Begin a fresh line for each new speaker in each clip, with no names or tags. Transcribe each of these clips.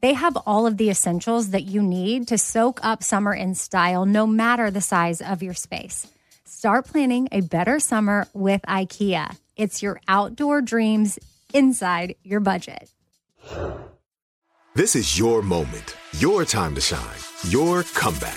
they have all of the essentials that you need to soak up summer in style, no matter the size of your space. Start planning a better summer with IKEA. It's your outdoor dreams inside your budget.
This is your moment, your time to shine, your comeback.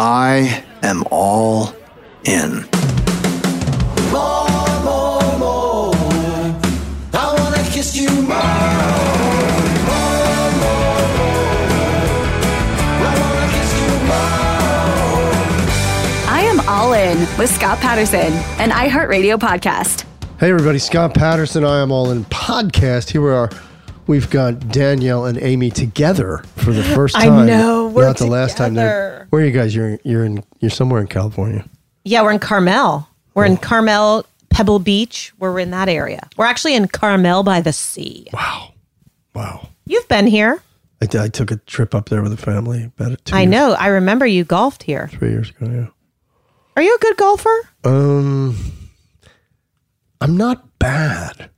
I am all in.
More, more, more. I wanna kiss you more. More, more, more. I wanna kiss you more.
I am all in with Scott Patterson, an iHeartRadio podcast.
Hey everybody, Scott Patterson, I am all in podcast. Here we are. We've got Danielle and Amy together for the first
I
time.
know, we're
not the last time. They're,
together.
where are you guys? You're you're in you're somewhere in California.
Yeah, we're in Carmel. We're
Oh.
in Carmel, Pebble Beach. We're in that area. We're actually in Carmel by the sea.
Wow.
You've been here.
I, I took a trip up there with the family about two
I
years-
know. I remember you golfed here.
three years ago. Yeah.
Are you a good golfer?
Um, I'm not bad,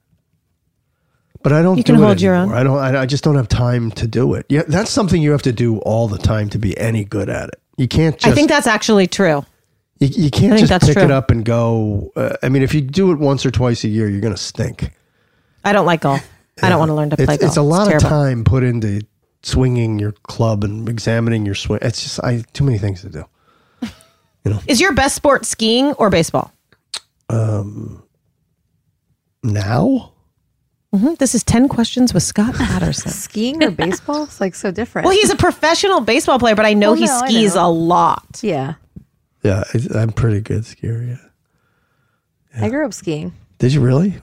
but I don't.
You
do
can
it
hold your own.
anymore. I don't. I, I just don't have time to do it. Yeah, that's something you have to do all the time to be any good at it. You can't. Just,
I think that's actually true.
you, you can't
I think
just
that's
pick it
true.
up and go. Uh, I mean, if you do it once or twice a year, you're going to stink.
I don't like golf. I don't want to learn to play
It's,
golf.
it's a lot of
terrible.
time put into swinging your club and examining your swing. It's just I too many things to do.
Is your best sport skiing or baseball?
Um, Now,
Mhm. This is 10 questions with Scott Patterson.
skiing or baseball? It's like so different.
well, he's a professional baseball player, but I know
Well,
he
no, I
skis
know.
a lot.
yeah.
yeah, I, I'm pretty good skier. Yeah.
I grew up skiing Mm-hmm.
Did you really?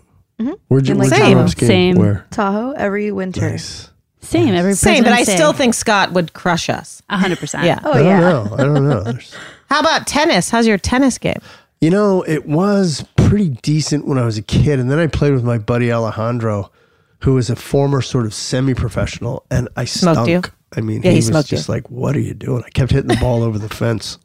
Where'd you,
In Lake
where'd you grow
Tahoe.
up skiing?
Same.
Where?
Tahoe every winter.
Nice.
Same. Every
Same, but I
President's
still
Day.
think Scott would crush us.
100%.
Yeah.
Oh
I don't
yeah.
know. I don't know. There's-
How about tennis? How's your tennis game?
you know, it was pretty decent when I was a kid, and then I played with my buddy Alejandro, who was a former sort of semi-professional, and I
Smoked
stunk.
you?
I mean,
Yeah, he
he, was
smoked you.
just like, "What are you doing?" I kept hitting the ball over the fence.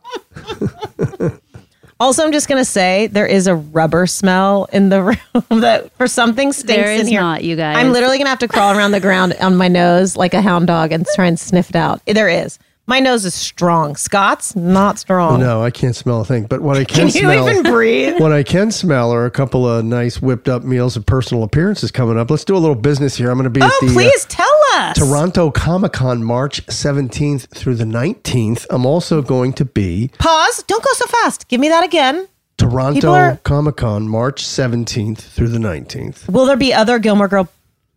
Also, I'm just gonna say there is a rubber smell in the room that for something stinks
There
in
is
here.
not, you guys.
I'm literally gonna have to crawl around the ground on my nose like a hound dog and try and sniff it out. There is. My nose is strong. Scott's not strong.
Oh, No, I can't smell a thing. But what I
Oh. Can
can,
you
smell,
even breathe?
what I can smell are a couple of nice whipped up meals and personal appearances coming up. Let's do a little business here. I'm going to be
Oh,
at the uh,
please tell us.
Toronto Comic Con, March 17th through the 19th. I'm also going to be
Pause. Don't go so fast. Give me that again.
Toronto
People are-
Comic Con, March 17th through the 19th.
Will there be other Gilmore Girl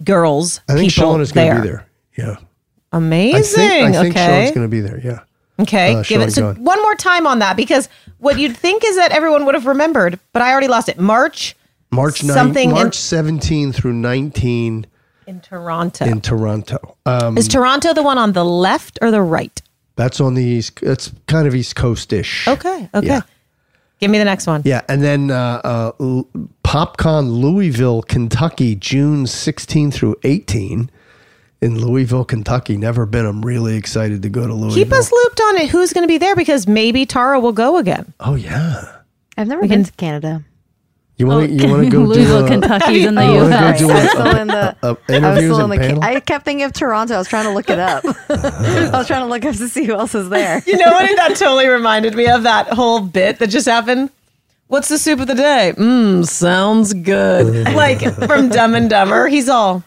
girls?
I think
people
Sean is going
there.
to be there. Yeah.
Amazing.
I think, I think
okay.
Sean's going to be there. Yeah.
Okay,
Uh,
give
Sean
it so
Gunn.
one more time on that because what you'd think is that everyone would have remembered, but I already lost it. March
March 9th,
Something in-
March 17 through 19
in Toronto.
in Toronto. Um,
is Toronto the one on the left or the right?
that's on the East. It's kind of East Coast ish.
Okay, okay.
Yeah.
Oh, Give me the next one.
Yeah, and then uh, uh, L- PopCon Louisville, Kentucky, June 16 through 18 in Louisville, Kentucky. Never been. I'm really excited to go to Louisville.
Keep us looped on it. Who's going to be there? Because maybe Tara will go again.
oh yeah,
I've never been to Canada.
You
Oh,
want to you want to go
Louisville,
do uh, a,
Kentucky's in the
you wanna
U.S.
go do a-
I was still in the.
a-
I was
interviews
still in
and
the. ca-
panel?
I kept thinking of Toronto. I was trying to look it up. I was trying to look up to see who else is there.
You know what? That totally reminded me of that whole bit that just happened. What's the soup of the day? Mmm, sounds good. like from Dumb and Dumber, he's all,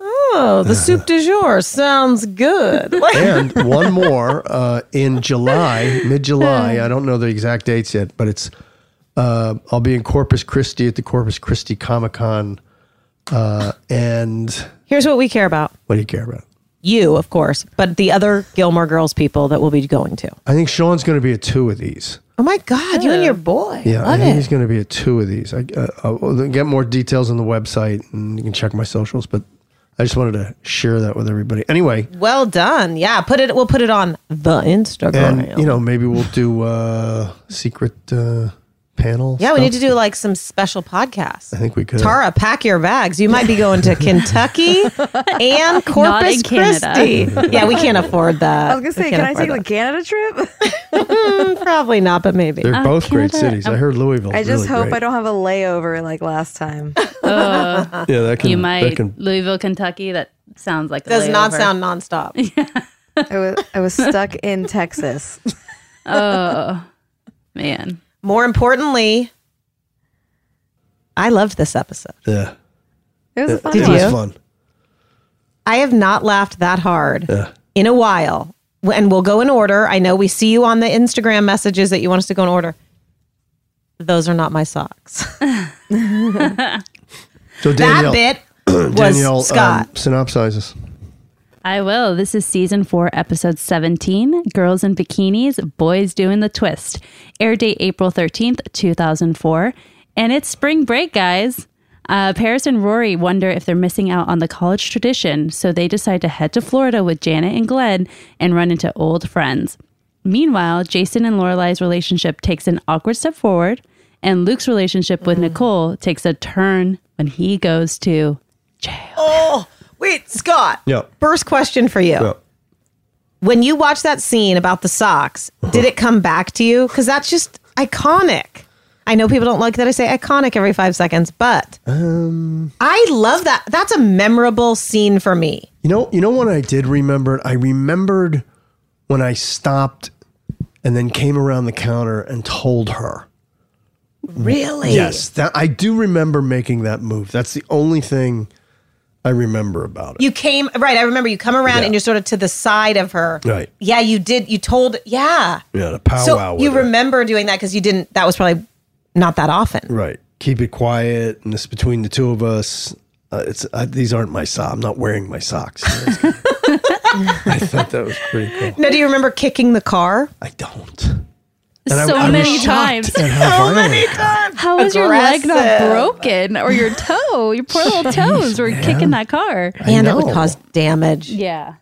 oh, the soup du jour sounds good. Like,
and one more uh, in July, mid
Hmm.
July. I don't know the exact dates yet, but it's uh, I'll be in Corpus Christi at the Corpus Christi Comic Con. Uh, and
Here's what we care about
what do you care about?
you, of course, but the other Gilmore Girls people that we'll be going to.
I think Sean's going to be at two of these.
Oh my God, you and your boy.
Yeah, I
Love
think
it.
he's going to be at two of these. I uh, I'll get more details on the website, and you can check my socials. But I just wanted to share that with everybody. Anyway,
Well done. Yeah, put it. We'll put it on the Instagram.
and you know, maybe we'll do uh, secret uh, panel.
yeah, we need to
stuff.
do like some special podcasts.
I think we could.
Tara, pack your bags. You might be going to Kentucky and Corpus
in Canada.
Christi. Yeah, we can't afford that.
I was gonna say, can I take a Canada trip?
like probably not, but maybe.
Uh,
They're both great
Canada-
cities. I heard Louisville.
I just hope I don't have a layover like last time.
Oh,
Yeah, that can.
you
That
might
can,
Louisville, Kentucky. That sounds like a
Does not
layover.
sound nonstop.
I was I was stuck in Texas.
Oh man,
More importantly, I loved this episode.
yeah.
It was a fun
Did
one.
It
you?
was fun.
I have not laughed that hard
Yeah.
in a while. W- And we'll go in order. I know we see you on the Instagram messages that you want us to go in order. Those are not my socks.
Oh.
So Danielle,
that bit was
Danielle
Scott.
Um, synopsizes.
I will. This is season four, episode seventeen: Girls in Bikinis, Boys Doing the Twist. Air date April thirteenth, two thousand four, and it's spring break, guys. Uh, Paris and Rory wonder if they're missing out on the college tradition, so they decide to head to Florida with Janet and Glenn and run into old friends. Meanwhile, Jason and Lorelai's relationship takes an awkward step forward, and Luke's relationship with Nicole takes a turn when he goes to jail.
Oh, wait, Scott.
Yeah.
First question for you.
Yeah.
When you watch that scene about the socks,
Uh-huh.
did it come back to you? Because that's just iconic. I know people don't like that I say iconic every five seconds, but
Um.
I love that. That's a memorable scene for me.
You know, you know what I did remember? I remembered when I stopped and then came around the counter and told her.
Really?
Yes, that I do remember making that move. That's the only thing I remember about it.
You came right. I remember you come around
Yeah.
and you're sort of to the side of her.
Right.
Yeah, you did. You told. Yeah.
yeah, the powwow.
so
with
you
her.
remember doing that because you didn't. That was probably not that often.
right? Keep it quiet, and it's between the two of us. Uh, it's uh, these aren't my socks. I'm not wearing my socks. I thought that was pretty cool.
Now, do you remember kicking the car?
I don't. And
So
was
many
shocked
times.
at how violent it got.
How is your leg not
Aggressive.
broken or your toe? Your poor little toes were kicking that car.
I
And it would
know.
cause damage.
Yeah.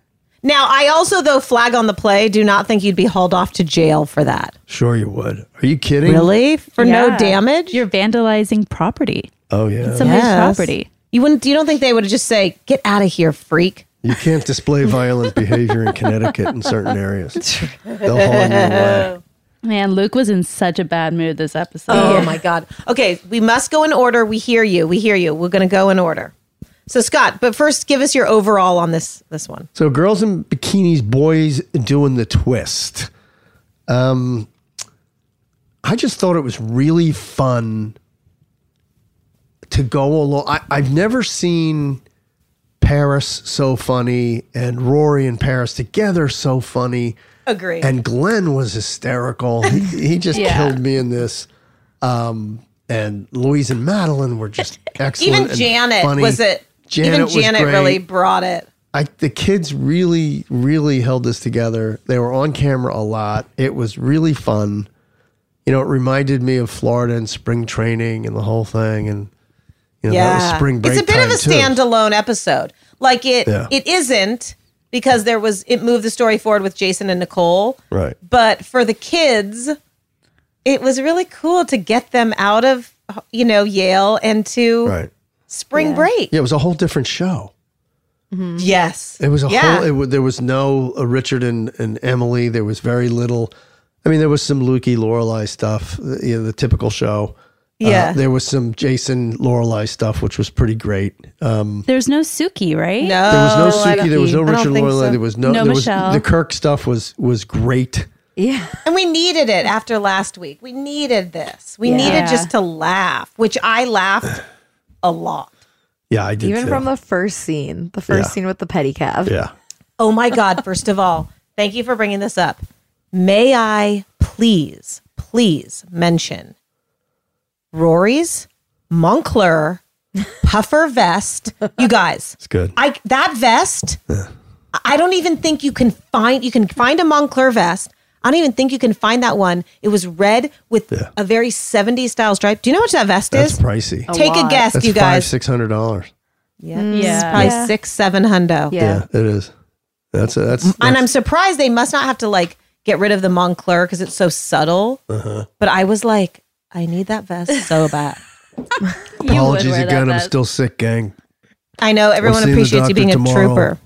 Now, I also, though, flag on the play, do not think you'd be hauled off to jail for that.
Sure, you would. Are you kidding?
Really? For no
Yeah.
damage?
You're vandalizing property.
Oh yeah.
Somebody's
Yes.
property.
You wouldn't, you don't think they would just say, get out of here, freak?
You can't display violent behavior in Connecticut in certain areas. They'll haul you away.
Man, Luke was in such a bad mood this episode.
Oh my God. Okay, we must go in order. We hear you. We hear you. We're going to go in order. So, Scott, but first, give us your overall on this this one.
So girls in bikinis, boys doing the twist. Um, I just thought it was really fun to go along. I, I've never seen Paris so funny and Rory and Paris together so funny.
Agree.
And Glenn was hysterical. He, he just killed me in this. Um, and Louise and Madeline were just excellent.
even
and
Janet
funny.
was it?
Janet
even Janet
was great.
really brought it.
I, the kids really, really held this together. They were on camera a lot. It was really fun. You know, it reminded me of Florida and spring training and the whole thing. And, you know, that was spring break.
It's a bit of
time,
a
too.
standalone episode. Like it
Yeah.
it isn't because there was it moved the story forward with Jason and Nicole.
Right.
But for the kids, it was really cool to get them out of you know Yale and to
Right.
spring break.
Yeah, it was a whole different show.
Mm-hmm. Yes.
It was a
Yeah.
whole. It, wa- there was no uh, Richard and, and Emily. There was very little. I mean, there was some Lukey Lorelei stuff, uh, you know, the typical show,
Yeah.
there was some Jason Lorelei stuff, which was pretty great. Um,
There's no Suki, right?
there was
Oh,
no Suki. There was no Richard Lorelei. There was no, there was-
Michelle.
the Kirk stuff was was great.
Yeah. And we needed it after last week. We needed this. We
Yeah.
needed just to laugh, which I laughed a lot.
Yeah, I did.
Even
too.
from the first scene, the first
Yeah.
scene with the pedicab.
yeah.
Oh my God. First of all, thank you for bringing this up. May I please, please mention Rory's Moncler puffer vest. You guys, it's
good.
I that vest. I don't even think you can find you can find a Moncler vest. I don't even think you can find that one. It was red with a very 70s style stripe. Do you know how much that vest
That's
is?
pricey.
Take a, guess,
That's
you
Five
guys.
six hundred dollars.
Yeah,
Mm,
it's
yeah.
probably
Yeah.
six seven hundo.
Yeah. it is. That's a, that's.
and I'm surprised they must not have to like get rid of the Moncler because it's so subtle.
uh
But I was like, I need that vest so bad.
Apologies again. I'm still sick, gang.
I know everyone
seeing the
appreciates
doctor
you being
tomorrow.
a trooper.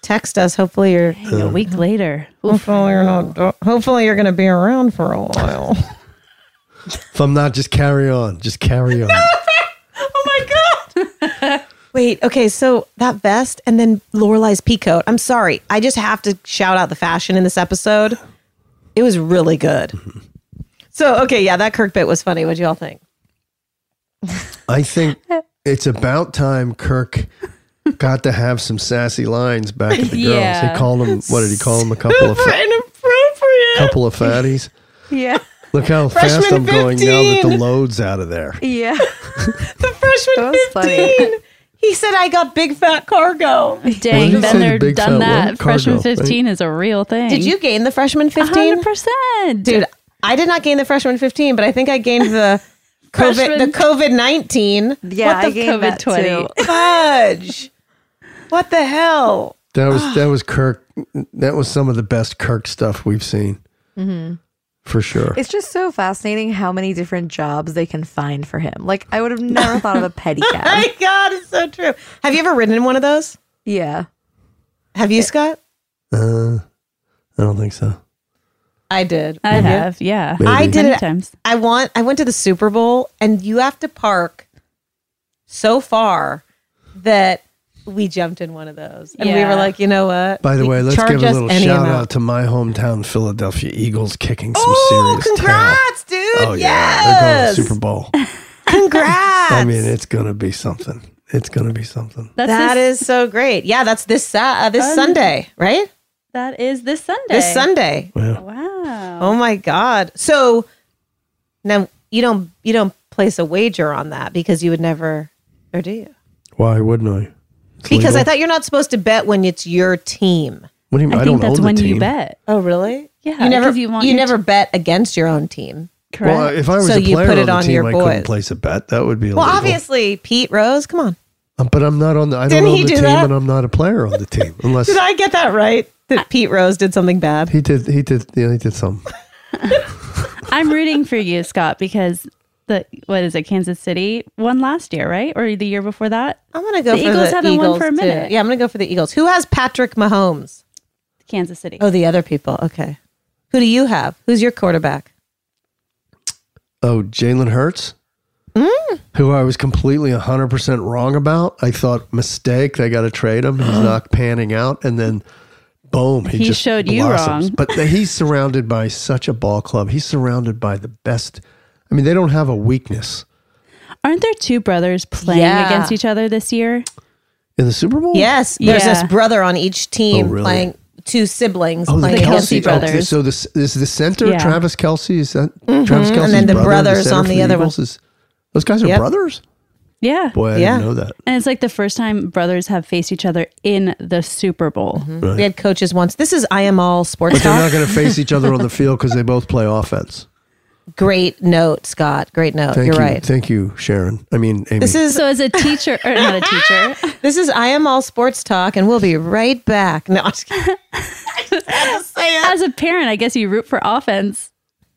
Text us. Hopefully you're
A week later.
Hopefully you're not. Hopefully you're going to be around for a while.
If I'm not, just carry on. Just carry on.
Wait. Okay. So that vest and then Lorelai's peacoat. I'm sorry. I just have to shout out the fashion in this episode. It was really good. So okay, yeah, that Kirk bit was funny. What do y'all think?
I think it's about time Kirk got to have some sassy lines back at the girls.
Yeah.
He called them. What did he call them? A couple of fa-
inappropriate.
couple of fatties.
Yeah.
Look how fast I'm
Freshman
going now that
15.
the load's out of there.
Yeah.
the freshman 15. He said, I got big fat cargo.
What did
Dang,
it say,
been there,
the big
done
fat
that.
what?
Freshman
Cargo,
15 is a real thing.
Did you gain the freshman 15?
100%.
Dude, I did not gain the freshman 15, but I think I gained the COVID
Freshman-
the COVID 19.
Yeah,
What the
I gave
COVID
that
20?
too.
Fudge. What the hell?
That
Ah.
was that was Kirk. That was some of the best Kirk stuff we've seen
Mm-hmm.
for sure.
It's just so fascinating how many different jobs they can find for him. Like I would have never thought of a pedicab.
My God, it's so true. Have you ever ridden in one of those?
Yeah.
Have
Eh.
you, Scott?
Uh, I don't think so.
I did.
I have, yeah.
Maybe.
I did
Many
it.
times.
I want. I went to the Super Bowl, and you have to park so far that we jumped in one of those, and we
Yeah.
were like, you know what?
By the
You
way,
can
let's
charge
give a
us
little
any
shout
amount.
out to my hometown Philadelphia Eagles kicking some
Oh,
serious tail.
congrats, dude!
Oh yeah, they're going
yes,
to the Super Bowl.
congrats.
I mean, it's going to be something. It's going to be something.
That's
that
this, Oh.
is so great. Yeah, that's this Sa- uh, this Sunday, right?
that is this Sunday.
This Sunday.
Wow.
Wow.
Oh my God! So now you don't you don't place a wager on that because you would never, or do you?
Why wouldn't I? It's
Because
legal.
I thought you're not supposed to bet when it's your team.
What do you mean? I,
I
don't
think that's
own the
when
team.
you bet.
Oh, really?
Yeah,
You never
'cause you
you,
want your
never bet against your own team.
Correct.
Well, if I was
So
a
you
player
put it
on the
on
team,
your
I
boys.
couldn't place a bet. That would be illegal.
Well, obviously, Pete Rose. Come on.
Um, But I'm not on the. I don't
Didn't
own
he
the
do
team,
that?
and I'm not a player on the team unless
Did I get that right? That Pete Rose did something bad.
he did. He did. Yeah, he did some.
I'm rooting for you, Scott, because the what is it, Kansas City won last year, right? Or the year before that?
I'm gonna go
The
for
Eagles
the
haven't won
Eagles
for a
too.
minute.
Yeah, I'm gonna go for the Eagles. Who has Patrick Mahomes?
Kansas City.
Oh, the other people. Okay. Who do you have? Who's your quarterback?
Oh, Jalen Hurts,
Mm.
who I was completely 100% wrong about. I thought, mistake, they got to trade him. He's not panning out. And then, boom, he,
He
just
showed you
blossoms.
wrong.
But th- he's surrounded by such a ball club. He's surrounded by the best. I mean, they don't have a weakness
Aren't there two brothers playing
Yeah.
against each other this year?
in the Super Bowl.
Yes, there's
Yeah.
this brother on each team
Oh, really?
playing two siblings
Oh, the
playing against
Kelsey
each other.
brothers.
Oh, so this is the center
Yeah.
Travis Kelsey is that Travis Kelsey
Mm-hmm. then the
brother,
brothers
center
on
for
the other one.
Eagles Is, those guys are
Yep.
brothers.
Yeah.
Boy, I
Yeah.
didn't know that.
And it's like the first time brothers have faced each other in the Super Bowl.
Right.
We Mm-hmm. had coaches once. This is I am all sports
But they're
talk.
not going to face each other on the field because they both play offense.
Great note, Scott. Great note.
Thank
Oh, You're
you.
right.
Thank you, Sharon. I mean, Amy.
This is
So as a teacher or not a teacher.
This is I Am All Sports Talk, and we'll be right back. No, I'm just kidding.
As a parent, I guess you root for offense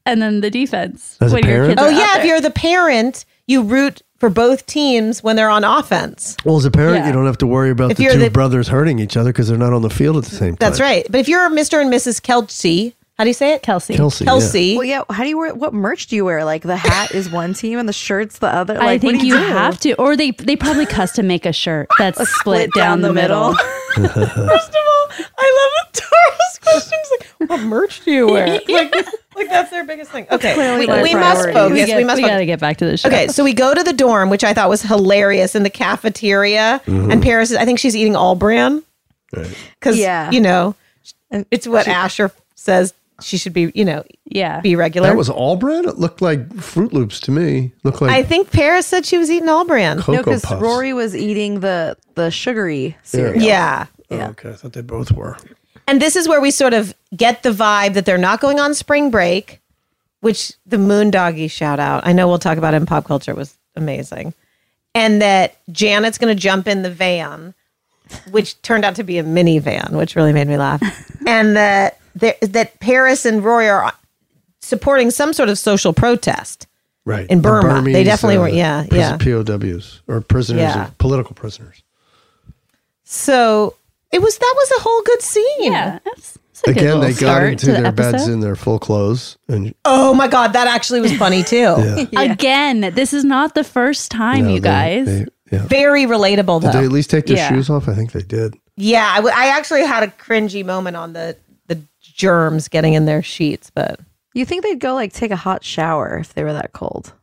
and then the defense.
As a parent?
oh
are out
yeah, if
there.
you're the parent, you root for both teams when they're on offense.
well, as a parent,
yeah.
you don't have to worry about
If
the
you're
two
the-
brothers hurting each other because they're not on the field at the same time.
That's right. But if you're Mr. and Mrs. Kelsey, How do you say it?
Kelsey.
Kelsey, yeah.
Kelsey.
Well, yeah. How do you wear? What merch do you wear? Like the hat is one team and the shirt's the other. Like,
I
what do
think you,
do?
have to, or they they probably custom make a shirt that's split,
split
down, the middle.
First of all, I love it. Tara's question is like, what merch do you wear? Like, like that's their biggest thing. Okay.
Clearly
We,
my
we must
priority.
focus. We,
get-
must
we
focus.
gotta get back to the show.
Okay, so we go to the dorm, which I thought was hilarious in the cafeteria.
Mm-hmm.
And Paris, is, I think she's eating all bran. Because,
Yeah.
you know,
And
it's what Asher says she should be, you know,
yeah.
be regular.
That was all bread? It looked like Fruit Loops to me. Looked like
I think Paris said she was eating all bran.
Cocoa
no, because
Puffs.
Rory was eating the the sugary cereal.
Yeah.
Oh, okay. I thought they both were.
And this is where we sort of get the vibe that they're not going on spring break, which the Moondoggy shout out. I know we'll talk about it in pop culture was amazing. And that Janet's going to jump in the van, which turned out to be a minivan, which really made me laugh. and that there, that Paris and Roy are supporting some sort of social protest.
Right.
In
The
Burma. They
Burmese, uh,
definitely were- yeah,
pris-
yeah.
POWs or prisoners,
Yeah.
of, political prisoners.
So it was that was a whole good scene.
yeah. That's, that's a good
Again,
little
they got
start
into
to the
their beds
episode.
in their full clothes. And
Oh my god, that actually was funny too.
yeah.
Again, this is not the first time,
No,
you
they-
guys.
they- yeah.
Very relatable though.
Did they at least take their
Yeah.
shoes off? I think they did.
Yeah, I, w- I actually had a cringy moment on the the germs getting in their sheets, but
You think they'd go like take a hot shower if they were that cold?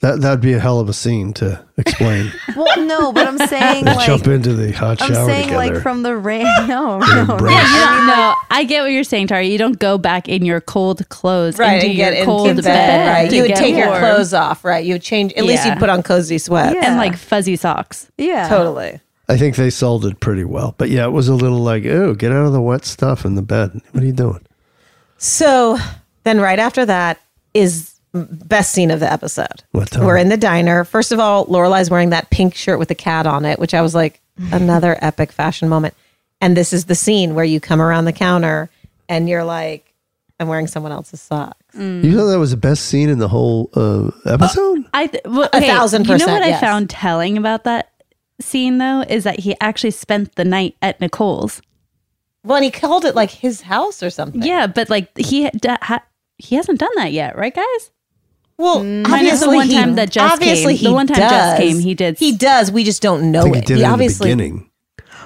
That that'd be a hell of a scene to explain.
Well, no, but I'm saying
they
like
jump into the hot
I'm
shower
saying
together.
like from the rain. No, no, no.
Yeah, you don't- no, I get what you're saying, Tara. You don't go back in your cold clothes into
and
your
get
cold
into
bed.
right?
to
You would
get
take your
warm.
clothes off, right? You would change. At least
Yeah.
you'd put on cozy sweats.
Yeah.
and like fuzzy socks.
Yeah,
Totally.
I think they sold it pretty well. But yeah, it was a little like, oh, get out of the wet stuff in the bed. What are you doing?
So then, right after that is best scene of the episode.
What time?
We're in the diner. First of all, Lorelai's wearing that pink shirt with the cat on it, which I was like, another epic fashion moment. And this is the scene where you come around the counter and you're like, I'm wearing someone else's socks.
Mm.
You thought that was the best scene in the whole uh, episode?
I th- well,
A
okay,
thousand
You know
percent,
what
yes.
I found telling about that scene though is that he actually spent the night at Nicole's.
Well, and he called it like his house or something.
Yeah, but like he had- ha- he hasn't done that yet, right, guys?
Well,
Minus the
obviously
one
he-
time that Jess
obviously
came. The
he
one time
does.
Jess came, he did-
He does. We just don't know
I think he
it.
did
he
it in the
obviously.
beginning.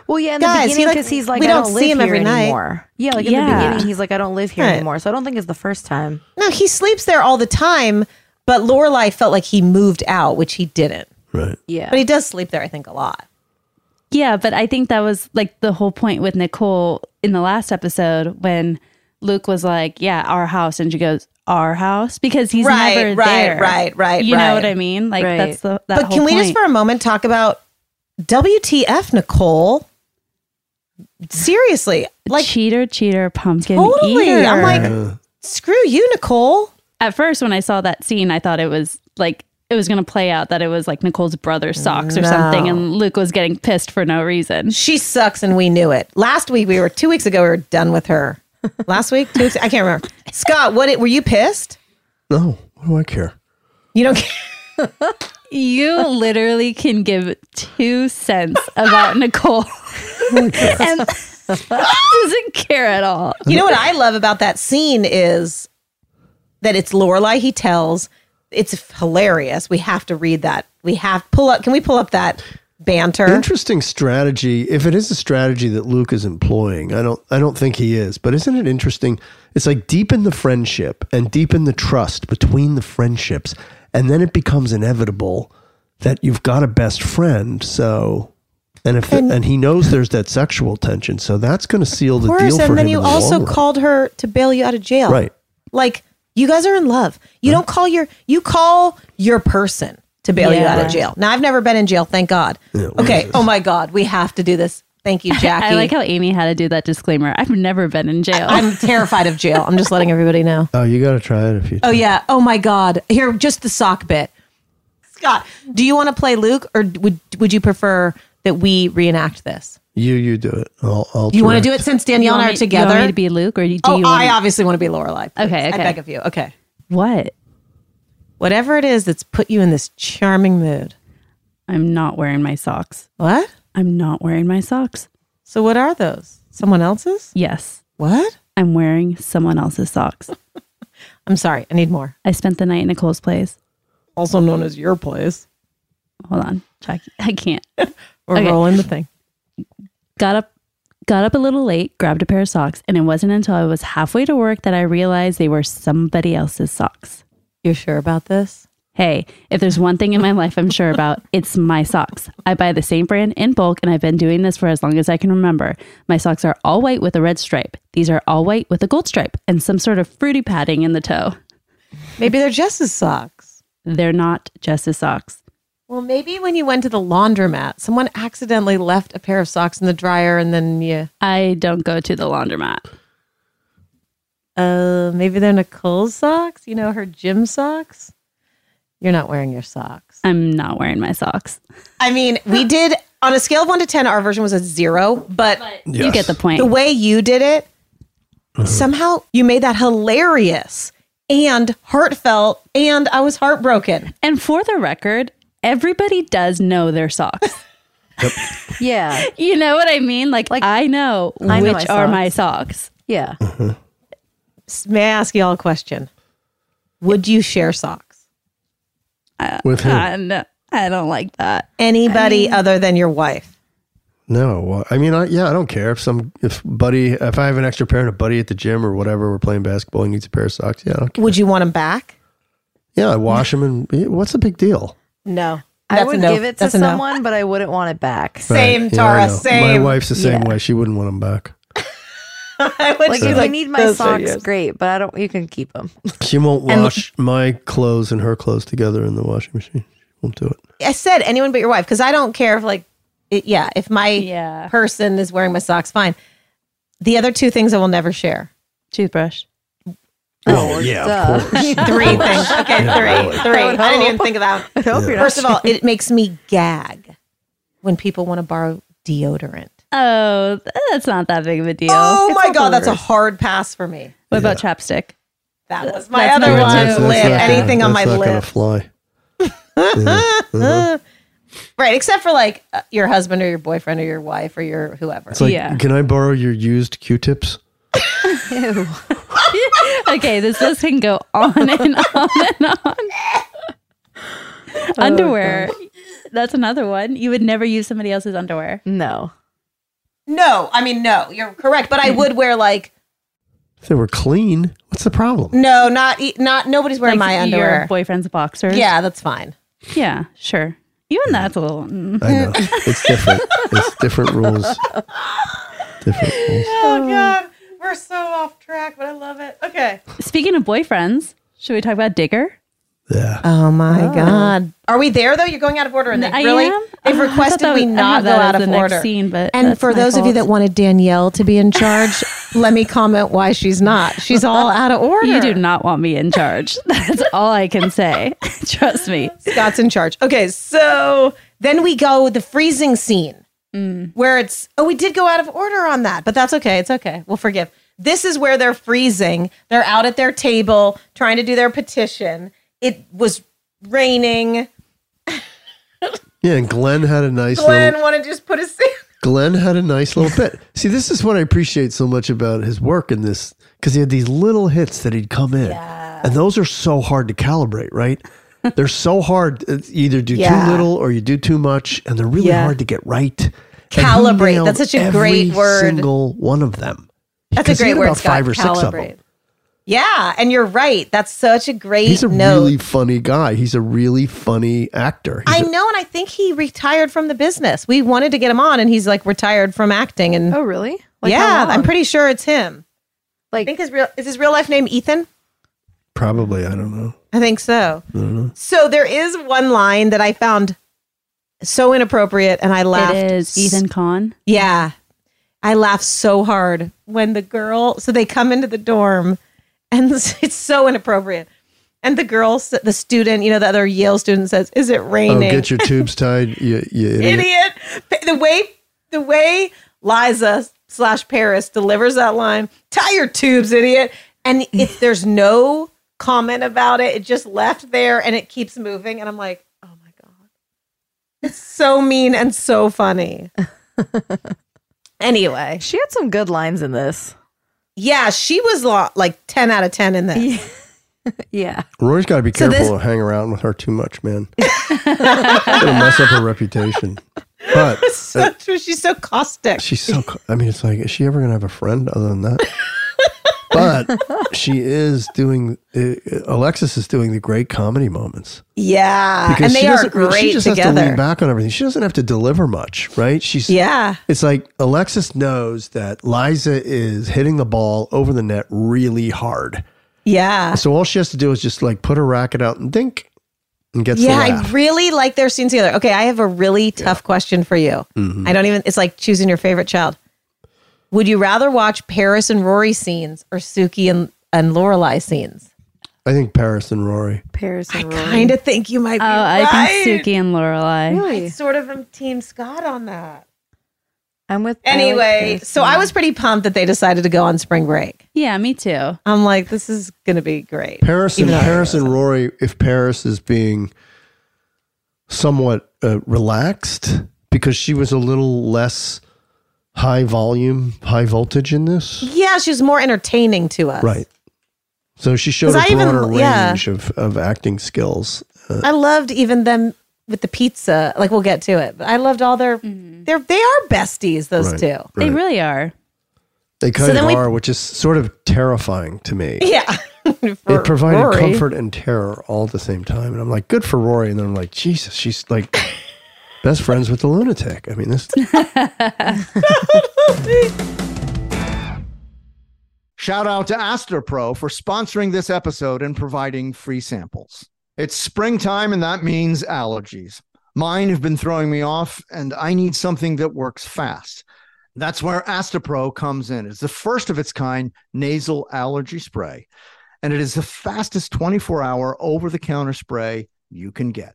Well, yeah, in
Guys,
the
he,
beginning
like,
because he's like,
we
I
don't
don't,
see
live
him every
here
night.
anymore. Yeah, like in
Yeah.
the beginning, he's like, I don't live here
Right.
anymore. So I don't think it's the first time.
No, he sleeps there all the time. But Lorelai felt like he moved out, which he didn't.
Right.
Yeah,
But he does sleep there, I think, a lot.
Yeah, but I think that was like the whole point with Nicole in the last episode when Luke was like, "Yeah, our house," and she goes, "Our house," because he's
Right,
never
right,
there.
right, right,
You
right.
know what I mean? Like
Right.
that's the that
But
whole
can we just
point.
for a moment talk about WTF, Nicole? Seriously, like
cheater, cheater, pumpkin
Totally.
eater.
I'm like- screw you, Nicole.
at first when I saw that scene, I thought it was like it was going to play out that it was like Nicole's brother's socks or something, and Luke was getting pissed for no reason.
She sucks, and we knew it. Last week we were two weeks ago. We were done with her. Last week, two weeks. I can't remember. Scott, what? It, were you pissed?
Uh,
No, what do I care?
You don't. Care.
You literally can give two cents about Nicole and doesn't care at all.
You know what I love about that scene is that it's Lorelai he tells. It's hilarious. We have to read that. We have pull up. Can we pull up that banter?
Interesting strategy. If it is a strategy that Luke is employing, I don't I don't think he is, but isn't it interesting? It's like deepen the friendship and deepen the trust between the friendships, and then it becomes inevitable that you've got a best friend, so and if and, he knows there's that sexual tension, so that's going to seal the
Of
deal
course,
for
and
him.
then you
in the
also
long run.
called her to bail you out of jail.
Right.
Like you guys are in love. You don't call your you call your person to bail you out of
Yeah.
jail. Now I've never been in jail, thank God. okay. Oh my God, we have to do this. Thank you, Jackie.
I like how Amy had to do that disclaimer. I've never been in jail.
I'm terrified of jail. I'm just letting everybody know.
Oh, you got to try it if you.
Oh yeah. Oh my God. Here, just the sock bit. Scott, do you want to play Luke, or would would you prefer that we reenact this?
You you do it. I'll. I'll
Do you want to do
direct.
it since Danielle and I
You want
are
me- You
together?
want me to be Luke, or do you
oh,
want
I
me-
obviously want to be Lorelai. please.
Okay,
I
okay.
beg of you. Okay.
what?
whatever it is that's put you in this charming mood.
I'm not wearing my socks.
What?
I'm not wearing my socks.
So what are those? Someone else's?
Yes.
What?
I'm wearing someone else's socks.
I'm sorry. I need more.
I spent the night in Nicole's place.
Also known as your place.
Hold on. Check. I can't.
We're rolling the thing.
Got up got up a little late, grabbed a pair of socks, and it wasn't until I was halfway to work that I realized they were somebody else's socks.
You're sure about this?
Hey, if there's one thing in my life I'm sure about, it's my socks. I buy the same brand in bulk and I've been doing this for as long as I can remember. My socks are all white with a red stripe. These are all white with a gold stripe and some sort of fruity padding in the toe.
Maybe they're Jess's socks.
They're not Jess's socks.
Well, maybe when you went to the laundromat, someone accidentally left a pair of socks in the dryer and then you.
I don't go to the laundromat.
Uh, maybe they're Nicole's socks, you know, her gym socks. You're not wearing your socks.
I'm not wearing my socks.
I mean, we did on a scale of one to 10, our version was a zero, but,
You get the point.
the way you did it, somehow you made that hilarious and heartfelt, and I was heartbroken.
and for the record, everybody does know their socks.
Yeah.
you know what I mean? Like, I know
I know
which
my
are my socks.
Yeah.
S- May I ask you all a question? Would you share socks?
With who?
Uh,
I, Uh, no, I don't like that.
Anybody other than your wife?
No, I mean, I, yeah, I don't care if some if buddy if I have an extra pair and a buddy at the gym or whatever we're playing basketball and needs a pair of socks. Yeah, I don't,
Would you want them back?
yeah, I wash them and yeah, what's the big deal?
No.
I
That's a
would
no.
give it to
That's a no.
someone, but I wouldn't want it back.
Same,
Right. Yeah, I
Tara.
know.
same.
My wife's the same
Yeah.
way. She wouldn't want them back.
I would
Like,
be
if I need my
those are
socks,
yours.
great, but I don't. You can keep them.
She won't
And-
wash my clothes and her clothes together in the washing machine. She won't do it.
I said anyone but your wife because I don't care if like, it, yeah, if my
Yeah.
person is wearing my socks, fine. The other two things I will never share.
Toothbrush.
Oh, yeah,
duh.
course.
Three things. Okay, three, three.
I would
I
hope.
didn't even think of that. One.
hope you're not
First of all, it makes me gag when people want to borrow deodorant.
Oh, th- that's not that big of a deal.
Oh
It's
my
not
god,
the
that's a
worst.
hard pass for me.
What about chapstick?
That was my
That's
other
number
one.
two.
That's- that's
Lip,
not gonna-
anything on my
that's not gonna
lip.
fly. Uh-huh.
Uh, Right, except for like uh, your husband or your boyfriend or your wife or your whoever.
It's like,
Yeah.
can I borrow your used Q-tips?
okay, this list can go on and on and on.
Oh,
underwear. That's another one. You would never use somebody else's underwear.
No.
No, I mean no, you're correct, but I would wear like
If they were clean, what's the problem?
no, not e- not nobody's wearing my
Your
underwear.
boyfriend's boxers.
Yeah, that's fine.
Yeah, sure. Even that's a little. mm. Oh,
I know. It's different. It's different rules. Different rules.
Oh god, we're so off track, but I love it. Okay.
Speaking of boyfriends, should we talk about Digger?
Yeah.
Oh my god, are we there though? You're going out of order, and they
I
really
am?
they've
Oh, I thought
requested
that
we
was- I
not
thought
go
that was
out
the
of
next
order.
scene, but
and
that's
for
my
those of you
fault.
that wanted Danielle to be in charge, let me comment why she's not. She's all out of order.
You do not want me in charge. That's all I can say. Trust me.
Scott's in charge. Okay, so then we go the freezing scene
Mm.
where it's oh we did go out of order on that, but that's okay. It's okay. We'll forgive. This is where they're freezing. They're out at their table trying to do their petition. It was raining.
Yeah, and Glenn had a nice
Glenn
little
wanted to just put his
Glenn had a nice little bit. See, this is what I appreciate so much about his work in this because he had these little hits that he'd come in. And those are so hard to calibrate, right? they're so hard. It's Either do
Yeah.
too little or you do too much, and they're really
Yeah.
hard to get right. And he
Calibrate.
nailed
That's such a
every
great word.
Single one of them.
That's a
'Cause he
great
had
word,
About
Scott.
five or six of them.
Calibrate. Yeah, and you're right. That's such a great
He's a
note.
really funny guy. He's a really funny actor. He's
I
a-
know, and I think he retired from the business. We wanted to get him on, and he's like retired from acting. And
Oh, really?
yeah,
how
I'm
long?
pretty sure it's him. I
Like,
think his real is his real life name Ethan.
probably. I don't know.
I think so. So there is one line that I found so inappropriate, and I laughed.
It is Ethan Kahn.
Yeah. I laugh so hard when the girl, so they come into the dorm and it's so inappropriate. And the girl, s- the student, you know, the other Yale student says, Is it
Oh,
raining?
get your tubes tied, you, you idiot.
Idiot. The way, the way Liza slash Paris delivers that line, tie your tubes, idiot. And if there's no comment about it, it just left there and it keeps moving. And I'm like, Oh my God. It's so mean and so funny. anyway.
she had some good lines in this.
Yeah, she was lo- like 10 out of 10 in this.
yeah.
Roy's got to be
So
careful
this-
to hang around with her too much, man. It'll mess up her reputation. But
so true. She's so caustic.
she's so. co- I mean, it's like, is she ever going to have a friend other than that? but she is doing. Uh, Alexis is doing the great comedy moments
Yeah.
because
and
she
they are
doesn't. really-
great
she just
together.
has to lean back on everything. She doesn't have to deliver much, right? She's
Yeah.
It's like Alexis knows that Liza is hitting the ball over the net really hard.
Yeah.
So all she has to do is just like put her racket out and dink and gets
yeah,
the laugh.
I really like their scenes together. Okay, I have a really tough question for you.
Mhm.
I don't even, it's like choosing your favorite child. Would you rather watch Paris and Rory scenes or Suki and, and Lorelai scenes?
I think Paris and Rory.
Paris and Rory.
kind of think you might be
Oh,
right.
I think Suki and Lorelai.
I sort of am Team Scott on that.
I'm with I like
Anyway,
Paris
so
and
I
Rory.
was pretty pumped that they decided to go on spring break.
Yeah, me too.
I'm like, this is going to be great.
Paris and
Even though I
Paris and Rory. If Paris is being somewhat uh, relaxed because she was a little less high volume, high voltage in this,
Yeah, she was more entertaining to us.
right? So she showed
'Cause I
a
even-
broader
yeah.
range of, of acting skills. Uh,
I loved even them with the pizza. Like we'll get to it. But I loved all their they're they are besties, those
Right.
two.
Mm-hmm. They
Right.
really are.
They
So
kind
then
of
we-
are, which is sort of terrifying to me.
Yeah. For
It provided
Rory.
comfort and terror all at the same time, and I'm like, good for Rory. And then I'm like, Jesus, she's like best friends with the lunatic. I mean, this
Shout out to AstroPro for sponsoring this episode and providing free samples. It's springtime, and that means allergies. Mine have been throwing me off, and I need something that works fast. That's where AstaPro comes in. It's the first of its kind nasal allergy spray, and it is the fastest 24 hour over the counter spray you can get.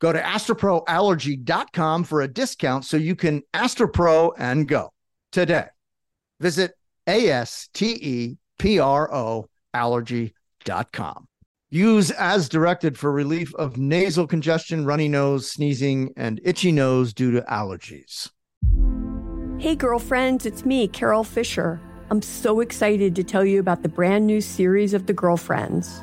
Go to astroproallergy.com for a discount so you can AstroPro and go today. Visit E A-S-T-E-P-R-O allergy.com. Use as directed for relief of nasal congestion, runny nose, sneezing, and itchy nose due to allergies.
Hey, girlfriends, it's me, Carol Fisher. I'm so excited to tell you about the brand new series of The Girlfriends.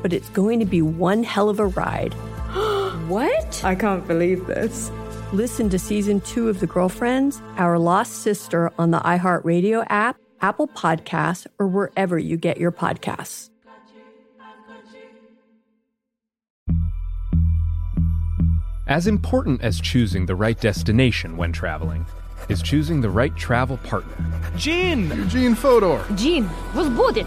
but it's going to be one hell of a ride. what? I can't believe this. Listen to season two of The Girlfriends, Our Lost Sister on the iHeartRadio app, Apple Podcasts, or wherever you get your podcasts.
As important as choosing the right destination when traveling is choosing the right travel partner. Gene! Eugene Fodor!
Gene was booted.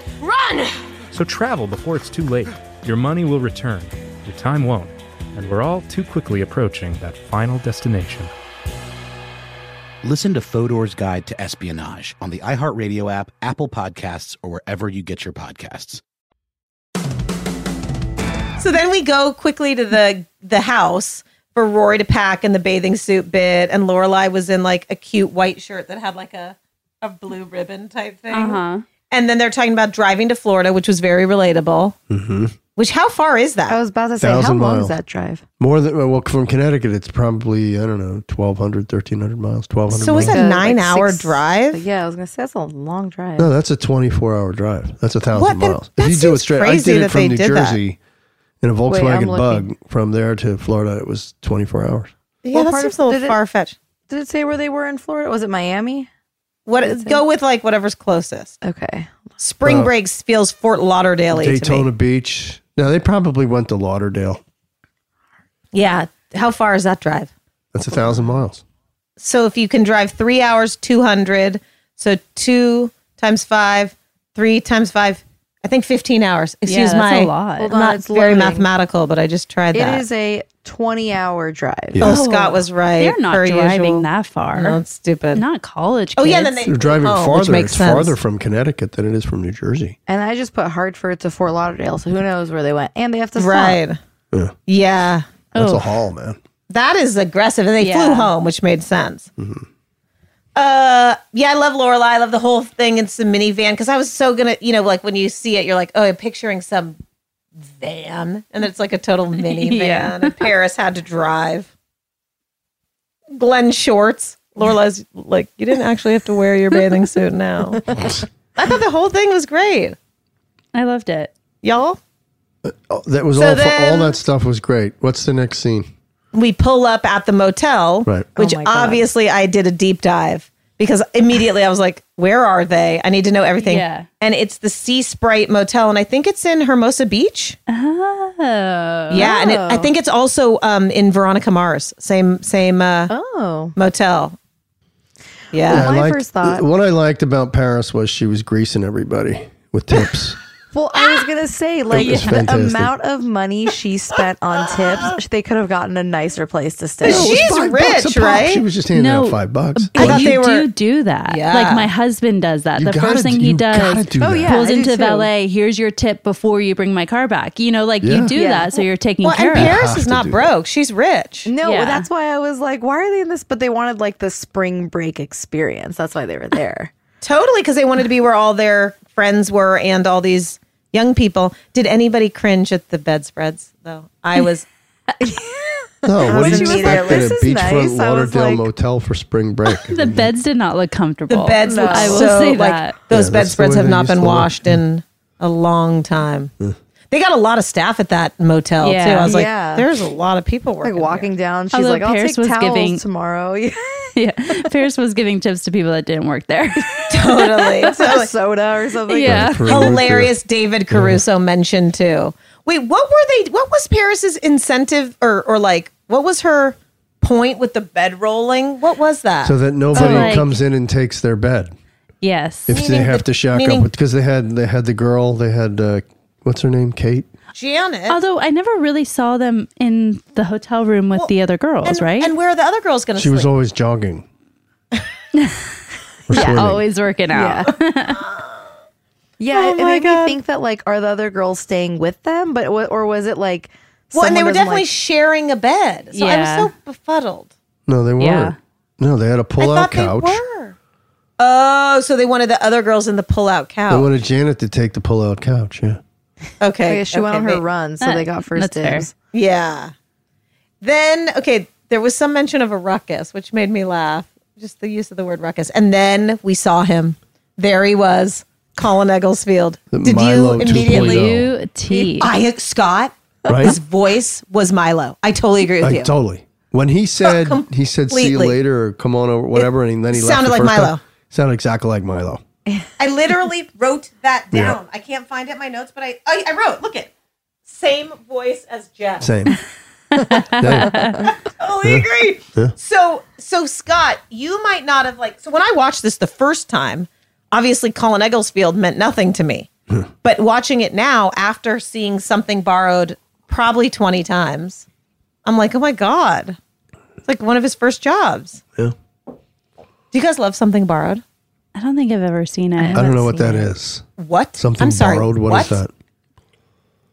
run!
So travel before it's too late. Your money will return, your time won't.
and we're all too quickly approaching that final destination.
Listen to Fodor's Guide to Espionage on the iHeartRadio app, Apple Podcasts, or wherever you get your podcasts.
So then we go quickly to the the house for Rory to pack in the bathing suit bit, and Lorelai was in like a cute white shirt that had like a a blue ribbon type thing.
Uh-huh.
And then they're talking about driving to Florida, which was very relatable.
Mm-hmm.
Which how far is that? I
was about to
say, how Thousand long is mile.
that drive?
More than, well, from Connecticut, it's probably, I don't know, 1,200, 1,300 miles, 1,200
So
miles.
it's a nine hour drive.
Yeah, I was gonna say that's a long drive.
No, that's a 24 hour drive. That's a
What
thousand
the-
miles.
that
If you do it
seems
straight, I
crazy
did
that
it from
they
New
did that.
Jersey in a
Wait,
Volkswagen
I'm
Bug from there to Florida. It was 24 hours.
Yeah, that seems a little far fetched.
Did it say where they were in Florida? Was it Miami?
What go with like whatever's closest.
Okay.
Spring
Uh,
break feels Fort Lauderdale to
Daytona
me.
Beach. No, they probably went to Lauderdale.
Yeah. How far is that drive?
That's a thousand miles.
So if you can drive three hours, 200. So two times five, three times five, I think 15 hours. Excuse
that's
my.
a lot. Hold
I'm
on,
not
it's
very
loading.
mathematical, but I just tried that.
It is a 20 hour drive.
Oh, Scott was right.
They're not
per
driving
usual.
that far.
No, it's stupid.
Not college.
Oh,
kids.
yeah, then
They're driving
oh, which
farther.
makes
It's
sense.
farther from Connecticut than it is from New Jersey.
And I just put Hartford to Fort Lauderdale, so who knows where they went. And they have to stop.
Right.
Yeah.
Yeah. Oh,
Oh.
That's a haul, man.
That is aggressive. And they
Yeah.
flew home, which made sense.
Mm,
Uh, yeah, I love Lorelai. I love the whole thing. It's the minivan because I was so gonna, you know, like when you see it, you're like, oh, I'm picturing some van, and it's like a total minivan.
Yeah.
And Paris had to drive. Glenn shorts. Lorelai's like, you didn't actually have to wear your bathing suit now. I thought the whole thing was great.
I loved it.
Y'all,
Oh, that was
So
all.
then-
all that stuff was great. What's the next scene?
we pull up at the motel,
Right. Oh
which
my God.
obviously I did a deep dive because immediately I was like, where are they? I need to know everything.
Yeah.
And it's the Sea Sprite Motel, and I think it's in Hermosa Beach.
Oh.
Yeah, and it, I think it's also um, in Veronica Mars, same same uh,
oh.
motel. Yeah.
I
my
liked-
first thought-
What I liked about Paris was she was greasing everybody with tips.
Well, I was gonna say, like
was
the
fantastic.
amount of money she spent on tips, they could have gotten a nicer place to stay.
No, it was five bucks a pop. She was just handing
No.
out five bucks.
I
Like,
thought they do do that.
Yeah.
Like my husband does that.
You
the
gotta
first thing
do-
he
you gotta
does,
do Oh, that. yeah,
pulls
I do
into
too.
valet. Here's your tip before you bring my car back. You know, like
Yeah.
you do
Yeah.
that, so you're taking
well,
care
and
of.
Paris is not broke; she's rich.
No,
Yeah.
well, that's why I was like, why are they in this? But they wanted like the spring break experience. That's why they were there.
Totally, because they wanted to be where all their friends were and all these young people. Did anybody cringe at the bedspreads though? I was.
no,
When
what do
she
you
was
expect
like,
at a
"This is
beachfront
nice," I was
Lauderdale
like-
motel for spring break?
The beds did not look comfortable.
The beds look
I will
so
say
like
that.
those
Yeah, that's the
bedspreads
way
have
they
not
used
been
to look.
washed in a long time. They got a lot of staff at that motel too. I was like, there's a lot of people working.
Like walking down, she's
Although
like, I'll
Paris
take
was
towels
giving-
tomorrow. Yeah.
yeah, Paris was giving tips to people that didn't work there.
totally,
Or soda or something.
Yeah. uh,
hilarious. David Caruso mentioned too. Wait, what were they? What was Paris's incentive or or like what was her point with the bed rolling? What was that?
so that nobody
Oh, like-
comes in and takes their bed
Yes.
if they have to shack
meaning-
up with because they had they had the girl they had uh, what's her name Kate
Janet.
Although I never really saw them in the hotel room with the other girls, right?
And where are the other girls going to
she
sleep?
was always jogging
Yeah,
swimming.
always working out.
Yeah,
Oh
it, it
my
made
God.
me think that like, are the other girls staying with them? But wa- or was it like?
well, and they
someone
were
doesn't
definitely
like-
sharing a bed. So
Yeah.
I was so befuddled.
no they weren't
Yeah.
no they had a pull
thought
out
they
couch they,
Oh, so they wanted the other girls in the pull-out couch.
wanted Janet to take the pull out couch yeah
Okay.
Oh, yeah, she went
okay,
on her
ma-
run, so they got first That's fair. dibs.
Yeah. Then okay, there was some mention of a ruckus, which made me laugh. Just the use of the word ruckus. And then we saw him. There he was, Colin Egglesfield.
The
Did
Milo
you immediately
2.0.
I uh, Scott,
Right?
his voice was Milo. I totally agree with
like
you.
totally when he said he said see you
completely.
later or come on over whatever and then he left
sounded
the
like
first
Milo.
time, sounded exactly like Milo
I literally wrote that
Yeah.
down. I can't find it in my notes, but I I, I wrote. Look it. Same voice as Jeff.
same
totally agree.
Yeah.
So so Scott, you might not have like so when I watched this the first time, obviously Colin Egglesfield meant nothing to me. but watching it now after seeing something borrowed probably 20 times, I'm like, oh my God. It's like one of his first jobs.
Yeah.
Do you guys love something borrowed?
I don't think I've e- ever seen it.
I don't know what that is.
What?
Something
I'm sorry,
borrowed. what is
what?
that?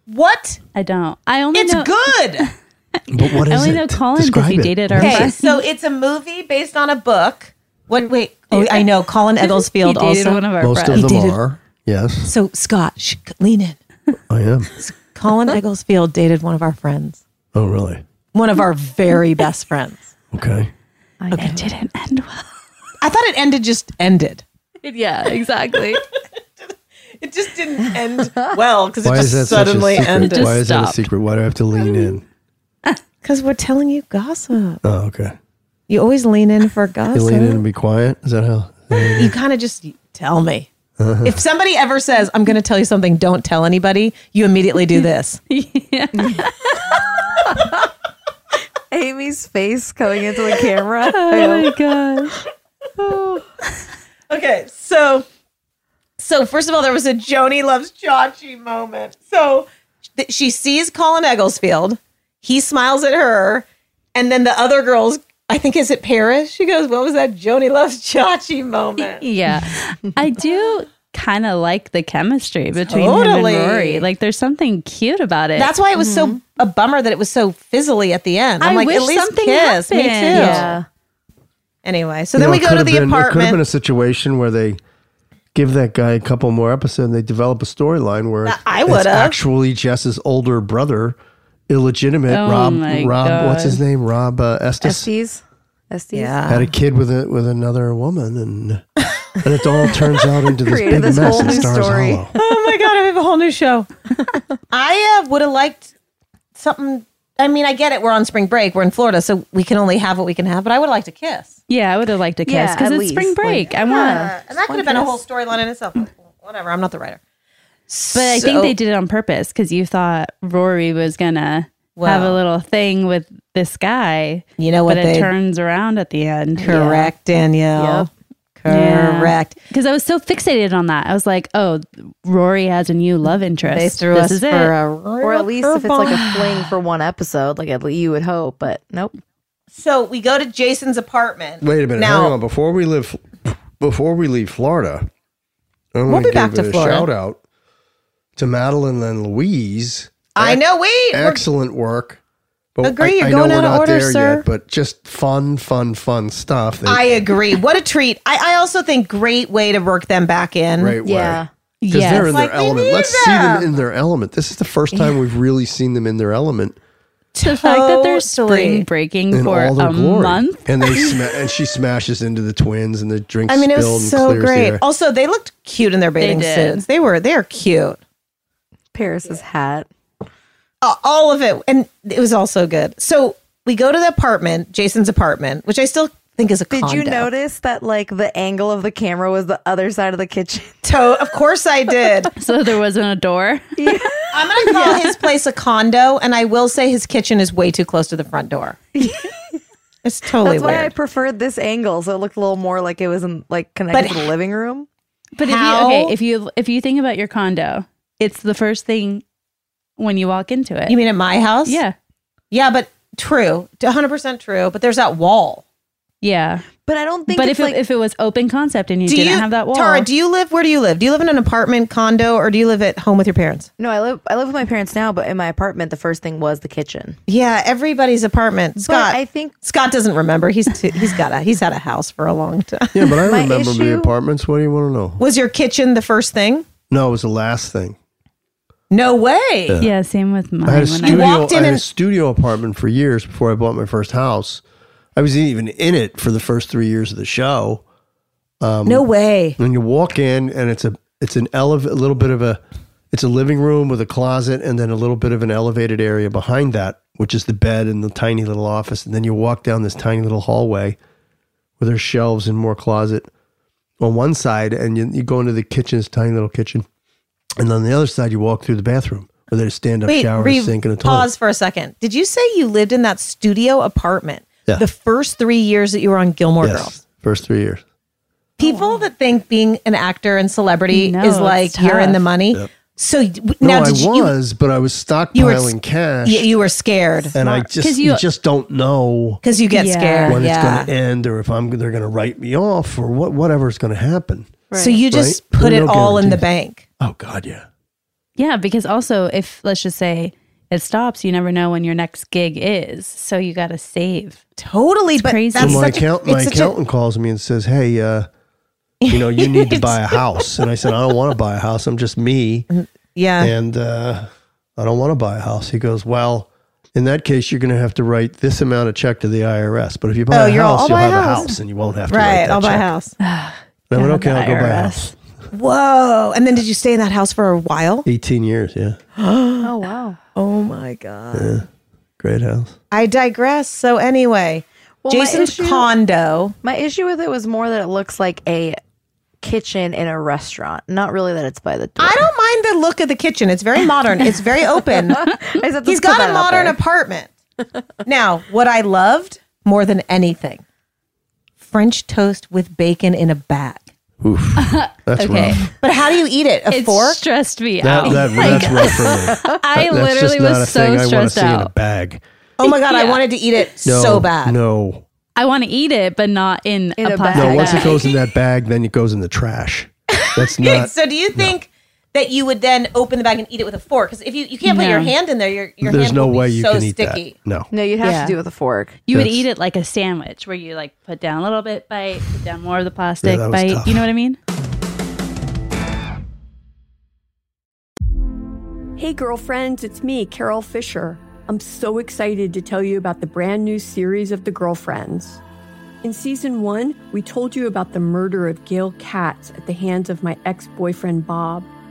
What?
I don't. I only
It's
know-
good.
But what
I
is
only know
it?
Colin 'cause
Describe
he
it.
dated our
Okay,
friend.
so it's a movie based on a book. What? Wait, oh, I know Colin Egglesfield
He dated
also.
one of our
Most
friends.
of
He
them
dated-
are. Yes,
So Scott, shh, lean in.
I am.
Colin Egglesfield dated one of our friends,
Oh, really?
one of our very best friends.
Okay.
It didn't end well.
I thought it ended just ended.
Yeah, exactly.
It just didn't end well because it
Why is that
just suddenly
such a secret?
ended.
Why is that a secret? Why do I have to lean in?
Because we're telling you gossip.
Oh, okay.
You always lean in for
You lean in
gossip.
and be quiet. Is that how?
You kind of just tell me.
Uh-huh.
If somebody ever says, I'm going to tell you something, don't tell anybody, you immediately do this.
Amy's face coming into the camera.
oh my gosh.
Okay, so so first of all, there was a Joni loves Chachi moment. So th- she sees Colin Egglesfield, he smiles at her, and then the other girls, I think is it Paris? She goes, "What was that Joni loves Chachi moment?"
Yeah. I do kind of like the chemistry between
Totally.
him and Rory. Like there's something cute about it. Mm-hmm.
That's why it was so a bummer that it was so fizzly at the end. I'm
I
like,
wish
at least
something
kiss. Me too.
happened. Yeah.
Anyway, so
You
then we
know, it
go
could
to
have
the
been- It could have been
apartment.
a situation where they give that guy a couple more episodes and they develop a storyline where
I
it's
would've.
actually Jess's older brother, illegitimate
Oh
Rob.
my
Rob, what's his
God.
name? Rob uh, Estes
Estes. Estes.
had a kid with a, with another woman, and and it all turns out into this
Created
big
this
mess.
whole
that
new
stars
story.
Hollow.
oh my god, I have a whole new show. I uh, would have liked something. I mean, I get it. We're on spring break. We're in Florida, so we can only have what we can have. But I would like to kiss.
Yeah, I would have liked to kiss
Yeah,
because
at
it's
least,
spring
like-
break. I
Yeah,
want.
and that could have been a whole storyline in itself. Like, Whatever. I'm not the writer.
But I think they did it on purpose because you thought Rory was gonna have a
Well.
little thing with this guy.
You know what
But it
they-
turns around at the end.
Correct, Danielle. Correct.
Because I was so fixated on that. I was like, oh, Rory has a new love interest.
They threw
this
us
is
for
it.
a or at least if it's like a fling for one episode, like at least you would hope, but nope.
So we go to Jason's apartment.
Wait a minute.
Now,
hang on. Before we live, before we leave Florida, I
We'll
want
be
to
back
give
to
a
Florida.
shout out to Madeline and Louise.
I know. Wait. we're-
Excellent work. But
Agree, you're
know
going
we're
out of
not
order,
there
sir.
but just fun, fun, fun stuff. They-
I agree. What a treat. I, I also think great way to work them back in.
Great way. Yeah. 'cause
Yes.
they're in
Like,
their
we
element.
need
Let's see them
them.
in their element. This is the first time we've really seen them in their element
The fact that they're
Totally.
spring breaking
in
for
all their
a
glory.
month.
And they sma- and she smashes into the twins, and the drinks.
I mean, it
spilled and
was so
clears the
great.
air.
Also, they looked cute in their bathing
did.
suits. They were they are cute.
Paris's hat.
Uh, all of it, and it was all so good. So we go to the apartment, Jason's apartment, which I still think is a.
Did you
condo.
notice that like the angle of the camera was the other side of the kitchen?
To- of course I did.
So there wasn't a door.
I'm gonna call his place a condo, and I will say his kitchen is way too close to the front door. it's totally
That's why I
weird.
preferred this angle, so it looked a little more like it was in like connected
But
to the living room.
But if you,
How-
okay, if you if you think about your condo, it's the first thing when you walk into it.
you mean at my house?
yeah,
yeah, but true, 100 percent true. But there's that wall.
yeah.
But I don't think
But
it's
if it,
like
if it was open concept and you didn't have that wall,
Tara, do you live? Where do you live? Do you live in an apartment, condo, or do you live at home with your parents?
no, I live I live with my parents now, but in my apartment, the first thing was the kitchen.
Yeah, everybody's apartment. Scott,
I think-
Scott doesn't remember. He's too, he's got a he's had a house for a long time.
yeah, but I
my
remember the
issue-
apartments. What do you want to know?
Was your kitchen the first thing?
No, it was the last thing.
No way.
yeah, same with mine.
I had a
when
studio.
You walked in
I had a
and-
studio apartment for years before I bought my first house. I was even in it for the first three years of the show. Um,
No way.
And you walk in, and it's a it's an elev a little bit of a it's a living room with a closet, and then a little bit of an elevated area behind that, which is the bed and the tiny little office. And then you walk down this tiny little hallway where there's shelves and more closet on one side, and you, you go into the kitchen, this tiny little kitchen, and on the other side you walk through the bathroom where there's stand up
Wait,
shower,
re-
sink, and a toilet.
pause for a second. Did you say you lived in that studio apartment
Yeah.
the first three years that you were on Gilmore
Yes,
Girls?
First three years.
People that think being an actor and celebrity
No,
is
it's
like you're in
tough.
the money. So y- w-
No,
now
I
did you- you
was, but I was stockpiling
you were s-
cash.
y- you were scared.
and I just you, just don't know
'Cause you get Yeah, scared,
when
yeah.
it's going to end or if I'm they're going to write me off or what whatever's going to happen.
So you just
Right?
put
There
it
are no
all in the
guarantees.
bank.
Oh God, yeah.
Yeah, because also if let's just say it stops, you never know when your next gig is. So you got to save.
Totally, but
crazy.
So my account, my accountant calls me and says, "Hey, uh, you know, you need to buy a house." And I said, "I don't want to buy a house. I'm just me."
Mm-hmm. Yeah.
And uh, I don't want to buy a house. He goes, "Well, in that case, you're going to have to write this amount of check to the IRS. But if you buy
Oh,
a
you're all-
house,
I'll
you'll
buy a
have
house.
a house, and you won't have to write
Right,
that
I'll buy a
check."
house.
And I went,
God,
"Okay,
the
I'll go buy a
IRS.
house."
Whoa. And then did you stay in that house for a while?
18 years, yeah,
oh, wow. Oh, my God.
yeah. great house.
I digress. So, anyway,
Well, my
Jason's
issue-
condo.
My issue with it was more that it looks like a kitchen in a restaurant, not really that it's by the door.
I don't mind the look of the kitchen. It's very modern. It's very open.
said,
He's
"Let's put
got
that
a
out
modern
there."
apartment. now, what I loved more than anything French toast with bacon in a bag.
Oof, that's
Okay.
rough.
But how do you eat it? A
It
fork?
stressed me
That,
out.
Oh
that,
Like,
that's rough for me.
I
That- that's
literally
just not a
was so
thing I want to
stressed
see in a
out.
bag.
Oh my God, I
Yeah.
wanted to eat it
No,
so bad.
No,
I want to eat it, but not in, a, plastic
no. Once
bag.
it goes in that bag, then it goes in the trash. That's
Okay,
not.
so do you think that you would then open the bag and eat it with a fork? Because if you, you can't put
No.
your hand in there, your, your
There's
hand
no
will be
way you
so
can eat that.
sticky.
No.
No, you'd have
Yeah.
to do it with a fork.
You would
That's-
eat it like a sandwich where you like put down a little bit, bite, put down more of the plastic,
that was
bite.
tough.
You know what I mean?
Hey, girlfriends, it's me, Carol Fisher. I'm so excited to tell you about the brand new series of The Girlfriends. In season one, we told you about the murder of Gail Katz at the hands of my ex boyfriend Bob.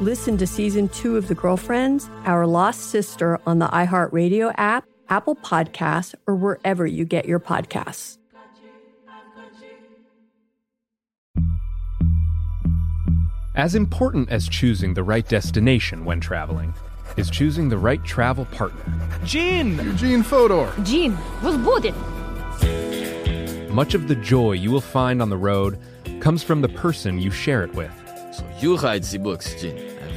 Listen to season two of The Girlfriends, Our Lost Sister on the iHeartRadio app, Apple Podcasts, or wherever you get your podcasts.
As important as choosing the right destination when traveling is choosing the right travel partner. Gene! Eugene Fodor.
Gene was booted.
Much of the joy you will find on the road comes from the person you share it with.
So you write the books, Jean, and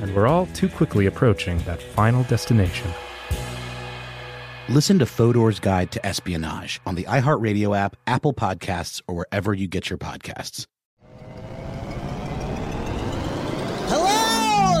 and we're all too quickly approaching that final destination.
Listen to Fodor's Guide to Espionage on the iHeartRadio app, Apple Podcasts, or wherever you get your podcasts.
Hello,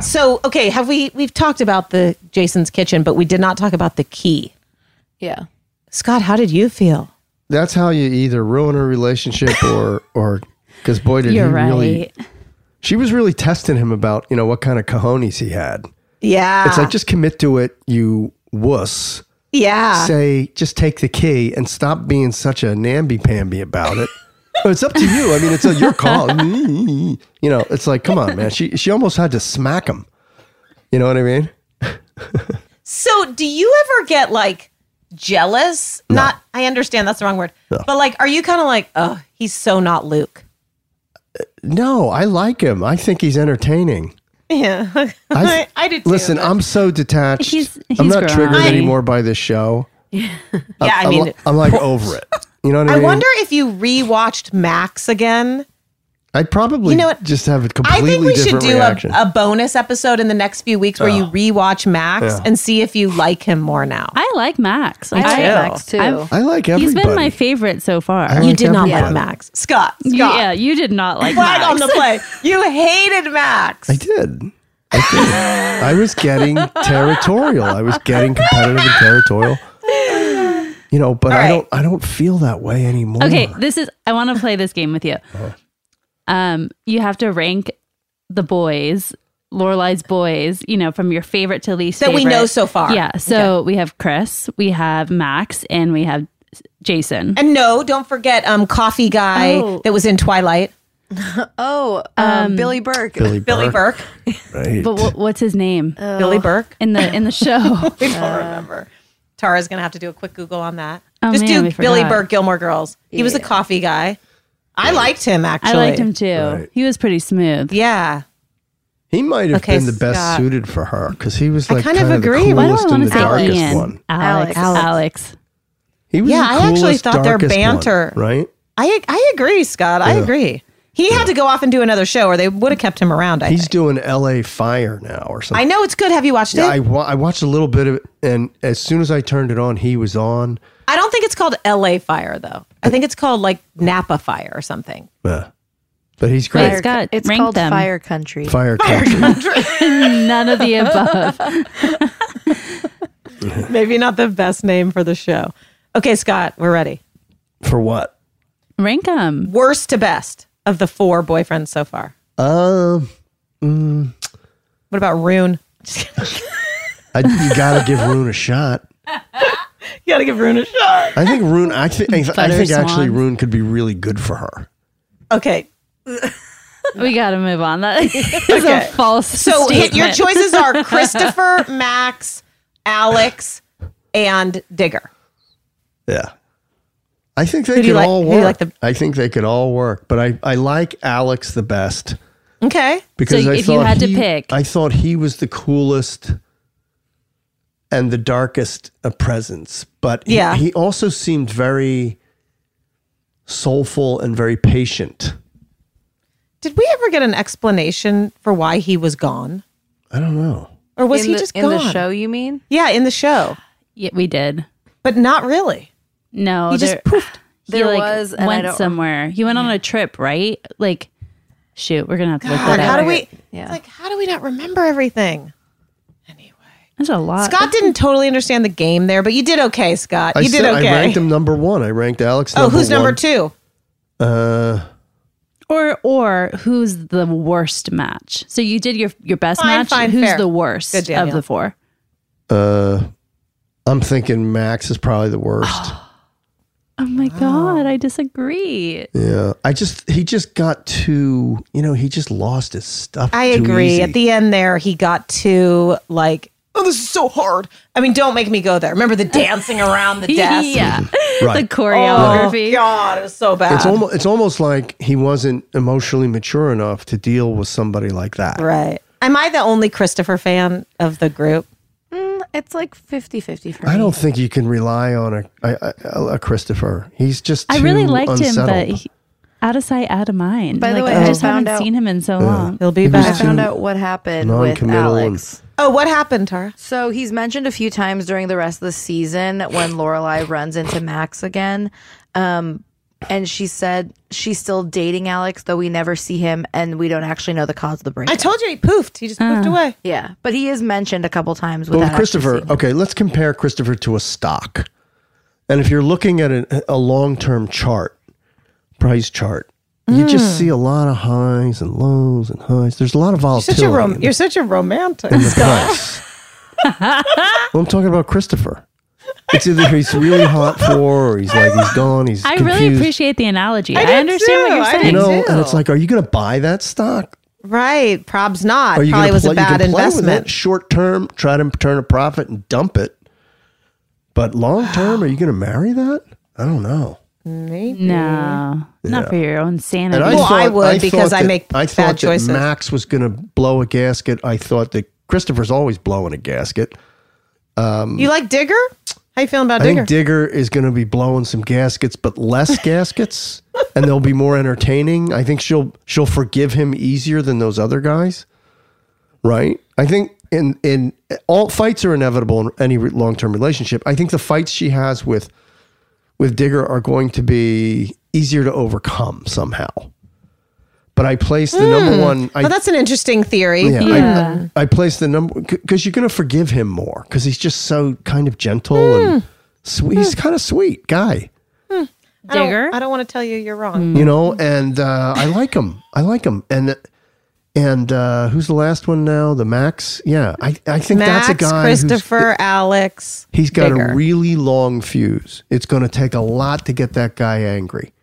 So, okay, have we we've talked about the Jason's kitchen, but we did not talk about the key.
Yeah.
Scott, how did you feel?
That's how you either ruin a relationship or or because boy did
You're
he
right.
really. She was really testing him about you know what kind of cojones he had.
Yeah.
It's like just commit to it, you wuss.
Yeah.
Say just take the key and stop being such a namby-pamby about it. But it's up to you. I mean, it's uh, your call. you know, it's like come on, man. She she almost had to smack him. You know what I mean?
So, do you ever get like jealous? Not I understand that's the wrong word.
No.
But like are you kind of like, "Oh, he's so not Luke."
No, I like him. I think he's entertaining.
Yeah. I,
I-
did too.
Listen, I'm so detached.
He's-
I'm
he's
not
grown.
triggered
I-
anymore by this show.
yeah, I
I'm,
mean
li- I'm like over it. You know what I
I
mean?
wonder if you rewatched Max again.
I'd probably
You know what?
just have a
I
completely
think we should
different
do a,
reaction.
a bonus episode in the next few weeks where you rewatch Max
Yeah.
and see if you like him more now.
I like Max.
Me
I
too.
like
Max, too.
I've-
I like
He's been my
everybody.
favorite so far.
I You like did not like everybody. Max. Scott.
You-
Scott.
Yeah, you did not like
Flag
Max.
on the play. You hated Max.
I did. I did. I was getting territorial. I was getting competitive and territorial. You know, but I don't. I don't feel that way anymore.
Okay, this is. I want to play this game with you. Um, you have to rank the boys, Lorelai's boys. You know, from your favorite to least
That we
favorite.
know so far.
Yeah. So we have Chris, we have Max, and we have Jason.
And no, don't forget um coffee guy
Oh.
that was in Twilight.
oh,
Um,
um, Billy Burke.
Billy
Billy Burke.
Right.
But what, what's his name?
Billy Burke
in the in the show.
I don't remember. Tara's gonna have to do a quick Google on that.
Uh, Oh,
Just
man, we
do Billy
forgot.
Burke, Gilmore Girls. He was a coffee guy. I liked him actually.
I liked him too. He was pretty smooth.
Yeah.
He might have
Okay,
been the best
Scott.
suited for her because he was like
kind of
the
agree. Why do I
coolest
wanna
and the
say
darkest
Ian?
one.
Alex.
Alex.
Alex.
He was
Yeah,
the
I actually
coolest,
thought their
darkest one,
banter-
right?
I I agree, Scott. I
Yeah.
agree. He had to go off and do another show, or they would have kept him around. I
He's
think.
doing L.A. Fire now or something.
I know it's good. Have you watched
Yeah,
it?
I, wa- I watched a little bit of it, and as soon as I turned it on, he was on.
I don't think it's called L.A. Fire though. I think it's called like Napa Fire or something.
Yeah. But he's
Wait,
great.
it's got-
It's
Rank
called
them.
Fire Country.
Fire Country.
None of the above.
Maybe not the best name for the show. Okay, Scott, we're ready.
For what?
Rank them.
Worst to best of the four boyfriends so far.
Um, mm,
What about Rune?
I, you gotta give Rune a shot.
You gotta give Rune a shot.
I think Rune. I think. I,
Butter
think actually
swans.
Rune could be really good for her.
Okay.
We got to move on. That is a
Okay.
false.
So hit, your
statement.
choices are Christopher, Max, Alex, and Digger.
Yeah. I think they
Who do you
could
like-
all
who do you
work.
like the-
I think they could all work, but I, I like Alex the best
Okay.
because
So
I
if you
thought
had to
he-
pick.
I thought he was the coolest and the darkest a presence, but he-
Yeah.
he, also seemed very soulful and very patient.
Did we ever get an explanation for why he was gone?
I don't know.
Or was
In
he
the-
just
in
gone?
the show, you mean?
Yeah, in the show.
Yeah, we did.
But not really.
No,
He just
there,
poofed.
He
There
like
was, and I
went
don't-
somewhere. He went on a trip, right? Like, shoot, we're gonna have to look that
God,
up.
how do we
Yeah.
like how do we not remember everything?
There's a lot.
Scott didn't totally understand the game there, but you did okay, Scott.
I
Uh, You did
said- I
okay.
ranked him number one. I ranked Alex.
Oh,
number
who's number
one.
two?
Uh,
Or or who's the worst match? So you did your your best
Fine,
match.
fine,
who's
fair.
the worst
Good,
of
Danielle.
the four?
uh, I'm thinking Max is probably the worst.
Oh my god, I disagree.
yeah, I just he just got too. You know, he just lost his stuff.
I
too
agree.
easy.
At the end there, he got too like, oh, this is so hard. I mean, don't make me go there. Remember the dancing around the desk?
yeah,
Right.
the choreography.
Oh, God, it was so bad.
It's almost it's almost like he wasn't emotionally mature enough to deal with somebody like that.
right. Am I the only Christopher fan of the group?
Mm, it's like 50 50 for me.
I don't think you can rely on a a, a, a Christopher. He's just
I really
too
liked him,
unsettled.
but Uh, he, out of sight, out of mind.
By the
Like,
way,
I
I
just
found
haven't
out-
seen him in so
Yeah.
long.
He'll be
He was
I
back.
too-
found out what happened with
non-committal and-
Alex.
Oh, what happened, Tara?
So he's mentioned a few times during the rest of the season when Lorelai runs into Max again. Um, and she said she's still dating Alex, though we never see him, and we don't actually know the cause of the breakup.
I told you he poofed. He just
Ah.
poofed away.
Yeah, but he is mentioned a couple times.
Well,
without
Christopher, okay, let's compare Christopher to a stock. And if you're looking at a, a long term chart, price chart, you
Mm.
just see a lot of highs and lows and highs. There's a lot of
You're
volatility.
such a rom- you're such a romantic.
in the price. well, I'm talking about Christopher. It's either he's really hot for, or he's like he's gone. He's
I
confused.
really appreciate the analogy.
I
I,
did
understand
too.
what you're
I
saying.
you know, and it's like, are you going to buy that stock?
Right. Prob's not.
Are you
Probably
gonna
was
play-
a
you can
bad
play with it
investment.
Short term, try to turn a profit and dump it. But long term, are you going to marry that? I don't know.
Maybe.
No, not
Yeah.
for your own sanity.
And thought-
because
thought
I
that-
make
I
bad
thought that
choices.
Max was going to blow a gasket. I thought that Christopher's always blowing a gasket. Um,
You like Digger? How you feeling
I
about Digger?
think Digger is going to be blowing some gaskets, but less gaskets, and they'll be more entertaining. I think she'll she'll forgive him easier than those other guys, right? I think in in all fights are inevitable in any long term relationship. I think the fights she has with with Digger are going to be easier to overcome somehow. But I place the number
Hmm.
one. I,
well, that's an interesting theory.
yeah, I, I place the number because you're going to forgive him more because he's just so kind of gentle and sweet. He's kind of sweet guy,
I don't-
Digger?
I don't, want to tell you you're wrong.
you know. And uh, I like him. I like him. And and uh, who's the last one now? The Max. Yeah, I I think
Max,
that's a guy. who's-
Christopher, Alex.
he's got
Digger.
a really long fuse. It's going to take a lot to get that guy angry.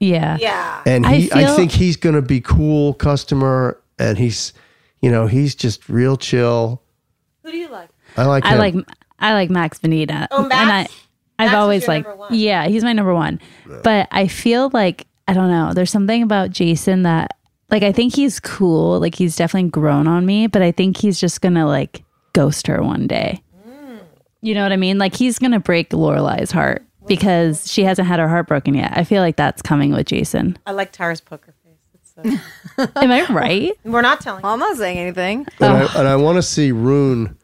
yeah, yeah.
And
I
he, I,
feel-
think he's going to be cool customer, and he's, you know, he's just real chill. Who do you like? I like.
I
him.
like I like Max Benita. Oh, Max? And I, I've always like yeah, he's my number one. But I feel like I don't know. There's something about Jason that like I think he's cool. Like he's definitely grown on me, but I think he's just gonna like ghost her one day. You know what I mean? Like he's gonna break Lorelai's heart because she hasn't had her heart broken yet. I feel like that's coming with Jason.
I like Tara's poker face.
Am I right?
We're not telling.
Well, I'm not saying anything.
And
Oh.
I, and I want to see Rune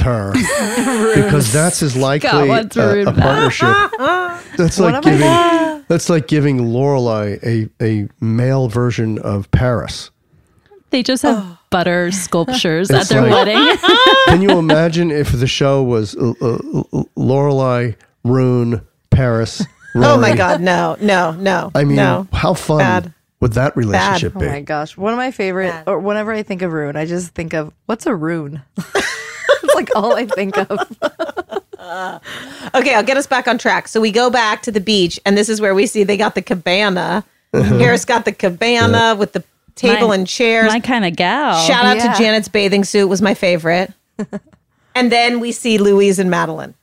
her because that's as likely a,
what's Rune
a
about?
partnership.
Uh-uh.
That's
What
like
am I-
giving that's like giving Lorelai a a male version of Paris.
They just have butter sculptures at
It's
their
like-
wedding.
Can you imagine if the show was uh, uh, L- Lorelai, Rune, Paris?
Oh my
Rory?
God! No, no, no.
I mean,
no.
how fun
Bad.
would that relationship
Oh
be?
my gosh. One of my favorite, or whenever I think of Rune, I just think of what's a Rune? it's like all I think of.
Okay, I'll get us back on track. So we go back to the beach, and this is where we see they got the cabana.
Mm-hmm.
Mhm.
Harris got the cabana with the table
My-
and chairs.
My kind of gal.
Shout out
Yeah.
to Janet's bathing suit was my favorite. and then we see Louise and Madeline.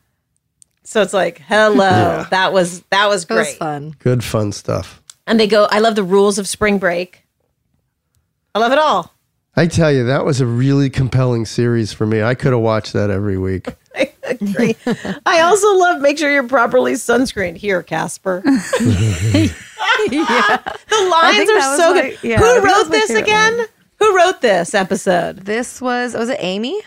So it's like, hello,
Yeah.
that was that was great,
fun.
Good fun stuff.
And they go, I love the rules of spring break. I love it all.
I tell you, that was a really compelling series for me. I could have watched that every week.
Agree. I also love make sure you're properly sunscreened here, Casper. The
I
lines
think
are
that was
so
my-
good.
yeah, I think
Who
that was
wrote
my
this
favorite
again? Who wrote this episode?
This was, was it Amy?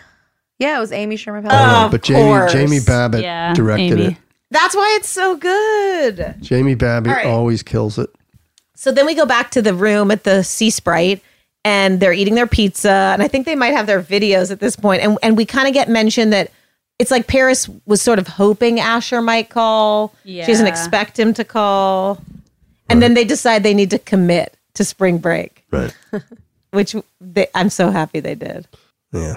Yeah, it was Amy Sherman
Uh,
Oh, but Jamie Jamie Babbitt directed it.
That's why it's so good.
Jamie Babbitt
All right.
always kills it.
So then we go back to the room at the Sea Sprite and they're eating their pizza. And I think they might have their videos at this point. And, and we kind of get mentioned that it's like Paris was sort of hoping Asher might call. She doesn't
Yeah.
expect him to call. And then they decide they need to commit to spring break,
Right.
which they, I'm so happy they did.
Yeah.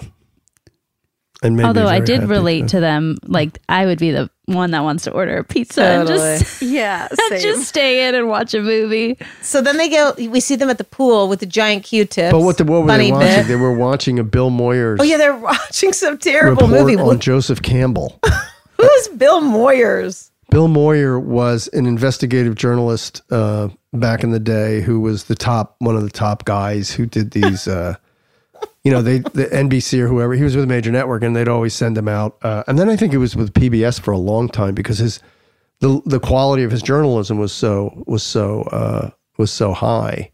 And made me
Although I
very
did
happy,
relate
too.
to them, like I would be the one that wants to order a pizza and just
yeah,
just stay in and watch a movie.
So then they go, we see them at the pool with the giant Q-tips.
But what the, what were
Bunny
they watching?
bit.
They were watching a Bill Moyers
Oh yeah, they're watching some terrible
report
movie.
on Joseph Campbell.
Who's Bill Moyers?
Bill Moyer was an investigative journalist uh, back in the day who was the top one of the top guys who did these. Uh, you know, they the NBC or whoever he was with a major network, and they'd always send him out. Uh, and then I think it was with PBS for a long time because his the the quality of his journalism was so was so uh, was so high.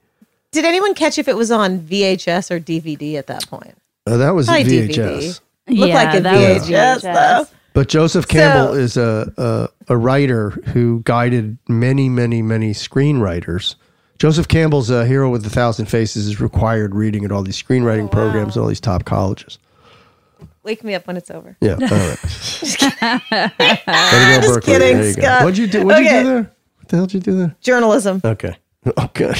Did anyone catch if it was on VHS or DVD at that point?
Uh, that was
Probably
VHS.
DVD. Looked like a
that was
VHS, though.
But Joseph
So-
Campbell is a, a a writer who guided many, many, many screenwriters. Joseph Campbell's uh, Hero with a Thousand Faces is required reading at all these
Oh,
screenwriting programs at all these top colleges.
Wake me up when it's over.
Yeah, all right.
Just kidding.
There you go,
Just
Berkeley.
kidding,
There you go.
Scott.
What'd you do? What'd you
Okay.
do there? What the hell did you do there?
Journalism.
Okay. Oh, good.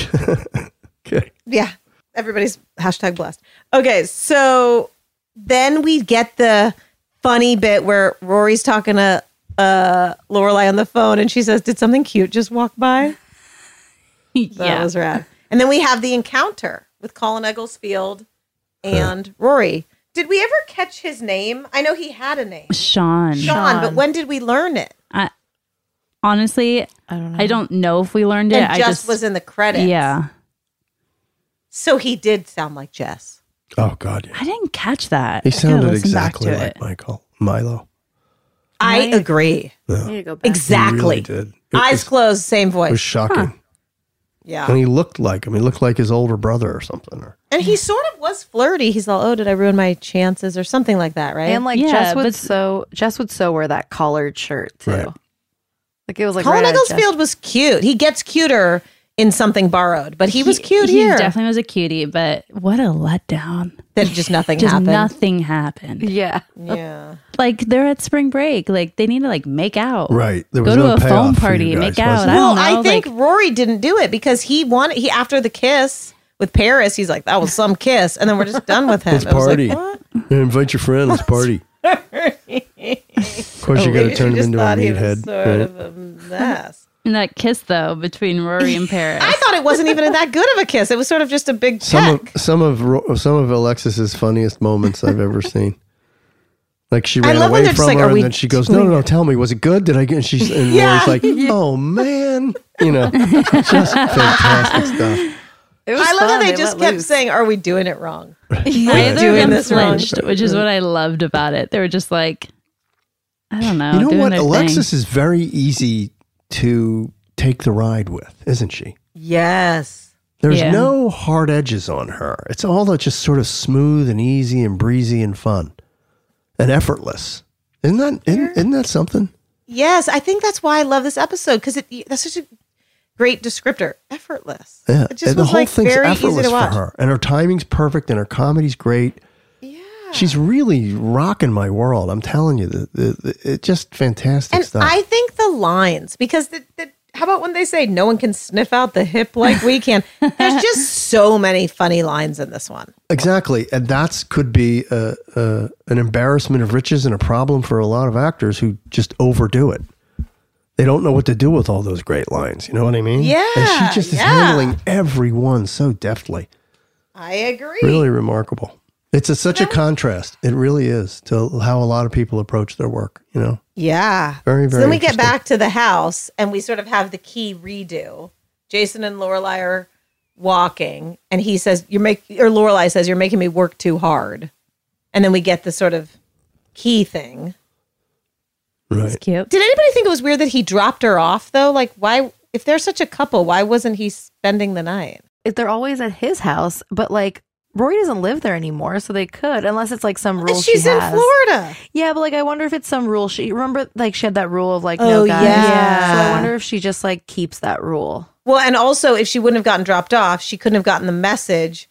okay.
Yeah. Everybody's hashtag blessed. Okay. So then we get the funny bit where Rory's talking to uh, Lorelai on the phone and she says, Did something cute just walk by? That
Yeah.
was rad. And then we have the encounter with Colin Egglesfield and Rory. Did we ever catch his name? I know he had a name.
Sean.
Sean, but when did we learn it?
I, honestly, I don't, know. if we learned it.
And
I
Jess
just
was in the credits.
Yeah,
So he did sound like Jess.
Oh God. Yeah.
I didn't catch that.
He
I gotta
sounded
listen back
exactly
to
like
it.
Michael Milo.
I agree.
Yeah.
Exactly.
He really did. It
Eyes
was-
closed, same voice.
It was shocking.
Yeah.
And he looked like him. He looked like his older brother or something. Or
And he sort of was flirty. He's all, oh, did I ruin my chances or something like that, right?
And like
yeah,
Jess would
but
so Jess would so wear that collared shirt too. Like it was like
Colin
right out of Jess-
Egglesfield was cute. He gets cuter in something borrowed, but he, was cute
he
here.
definitely was a cutie, but what a letdown.
That just nothing
Just
happened.
nothing happened.
Yeah.
Yeah.
Like they're at spring break. Like they need to like make out.
Right. There
Go
was
to
no
a phone
payoff for
party,
you guys,
make
was
out. I
well,
don't know.
I think
like,
Rory didn't do it because he wanted he after the kiss with Paris, he's like, that was some kiss, and then we're just done with him.
Let's
It was
party.
Like, "Oh,
Yeah, invite your friend. Let's party.
of
course, you gotta turn him into a meathead,
Sort
right?
of a mess.
and that kiss though between Rory and Paris.
I thought it wasn't even that good of a kiss. It was sort of just a big
Some
peck.
of some of Ro- some of Alexis's funniest moments I've ever seen. Like she
I
ran
love when
away
they're just
from
like,
her,
"Are
and
we
then she goes, "No, no, no! Tell me, was it good? Did I get?" And she's and
Yeah.
Lori's like, "Oh man, you know, just fantastic stuff."
It was
I love how
fun.
they,
They
just
let
kept
loose.
saying, "Are we doing it wrong?"
Neither
doing
of them
this wrong.
flinched, which is what I loved about it. They were just like, I don't
Oh,
know.
you know
doing
what?
their thing.
Alexis is very easy to take the ride with, isn't she?
Yes.
There's
Yeah.
no hard edges on her. It's all that just sort of smooth and easy and breezy and fun and effortless. Isn't that isn't, isn't that something?
Yes, I think that's why I love this episode because it that's such a great descriptor. Effortless.
Yeah,
It just
and the
was,
whole
like,
thing's
very easy to
effortless for
watch.
her, and her timing's perfect, and her comedy's great. Yeah, she's really rocking my world. I'm telling you, the, the, the it's just fantastic
And
stuff.
I think the lines because the, the how about when they say no one can sniff out the hip like we can? There's just so many funny lines in this one.
exactly, and that's could be a, a, an embarrassment of riches and a problem for a lot of actors who just overdo it. They don't know what to do with all those great lines. You know what I mean? and
Yeah,
she just is
yeah.
handling every one so deftly.
I agree.
Really remarkable. It's a, such a contrast. It really is to how a lot of people approach their work. You know.
Yeah.
Very,
So
very
then we get
interesting.
back to the house and we sort of have the key redo. Jason and Lorelai are walking and he says, You're making or Lorelai says, You're making me work too hard. And then we get the sort of key thing.
Right.
Cute.
Did anybody think it was weird that he dropped her off though? Like why if they're such a couple, why wasn't he spending the night?
If they're always at his house, but like Rory doesn't live there anymore, so they could, unless it's like some rule.
She's
she
in
has.
Florida.
Yeah, but like I wonder if it's some rule. She remember like she had that rule of like
Oh,
no guys.
yeah.
So I wonder if she just like keeps that rule.
Well, and also if she wouldn't have gotten dropped off, she couldn't have gotten the message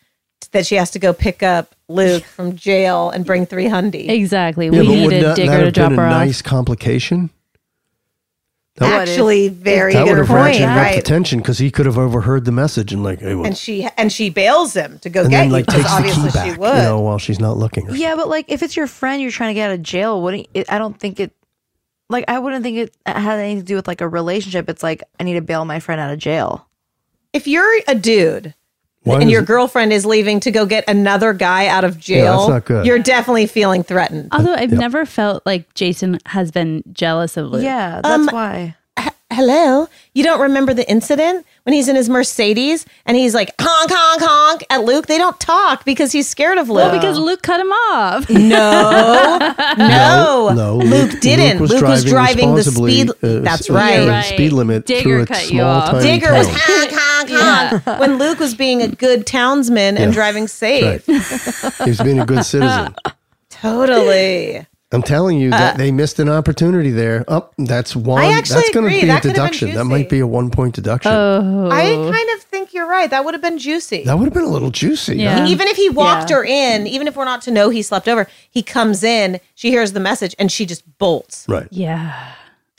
that she has to go pick up Luke from jail and bring three hundy.
Exactly.
Yeah,
we
but wouldn't
needed
that,
Digger
that
to
have
drop
been
her
a
off.
nice complication? would-
Actually, very
that would
good
have
point,
ratcheted up the
right?
tension because he could have overheard the message and like, hey, well,
And she and she bails him to go
and
get
then
you
like
because
takes the
obviously
key back,
she
you
would.
know, while she's not looking. Or
Yeah, but like if it's your friend you're trying to get out of jail, wouldn't it, I don't think it like I wouldn't think it had anything to do with like a relationship. It's like I need to bail my friend out of jail.
If you're a dude
Why
and
is
your
it-
girlfriend is leaving to go get another guy out of jail,
that's not good.
you're definitely feeling threatened.
Although I've never felt like Jason has been jealous of Luke.
Yeah, that's why.
Um, Hello, you don't remember the incident when he's in his Mercedes and he's like honk honk honk at Luke. They don't talk because he's scared of
Well,
Luke.
because Luke cut him off.
No, no,
no,
Luke, didn't. Luke was driving, the
responsibly,
speed.
uh,
that's
s- uh,
right.
the speed limit Digger through a cut you small, off. tiny
Digger was
town.
honk honk honk when Luke was being a good townsman and
Yeah,
driving safe.
He was being a good citizen.
Totally.
I'm telling you that
Uh,
they missed an opportunity there. Up, that's one.
actually
That's going to
agree.
be a
That could've been
deduction. That might
juicy.
be a one point deduction.
Oh,
I kind of think you're right. That would have been juicy.
that would have been a little juicy. huh?
Even if he walked her in, even if we're not to know he slept over, he comes in, she hears the message, and she just bolts.
Right.
Yeah.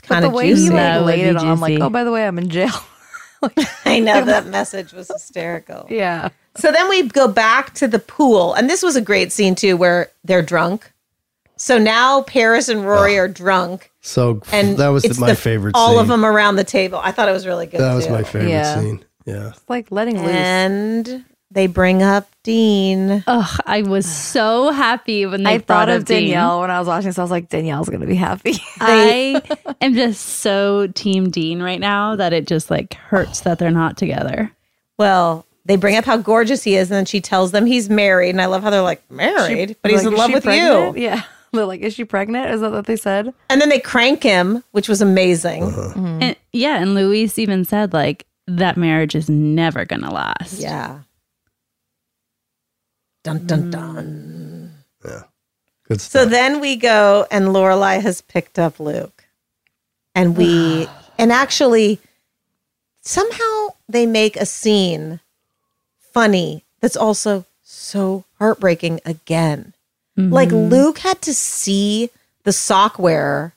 But
Kind
the
of
way he
juicy.
like laid it on, I'm like, oh, by the way, I'm in jail.
I know that message was hysterical.
Yeah.
So then we go back to the pool, and this was a great scene too, where they're drunk. So now Paris and Rory are drunk,
So f-
and
Ah. that was
it's
my
the-
favorite.
All
scene.
of them around the table. I thought it was really good.
That was
too.
my favorite scene. Yeah.
It's like letting loose. And they bring up Dean.
Ugh, I was so happy when they
I
brought
thought of
up Dean.
Danielle when I was watching this. I was like, Danielle's gonna be happy.
I am just so team Dean right now that it just like hurts that they're not together.
Well, they bring up how gorgeous he is, and then she tells them he's married. And I love how they're like married, but he's
Like,
in
is
love
she
with
pregnant?
you.
Yeah. They're like, is she pregnant? Is that what they said?
And then they crank him, which was amazing.
Mm-hmm.
And yeah, and Luis even said like that marriage is never gonna last.
Yeah. Dun dun dun.
Good
So then we go and Lorelai has picked up Luke. And we and actually somehow they make a scene funny that's also so heartbreaking again. Like
Mhm.
Luke had to see the sock wearer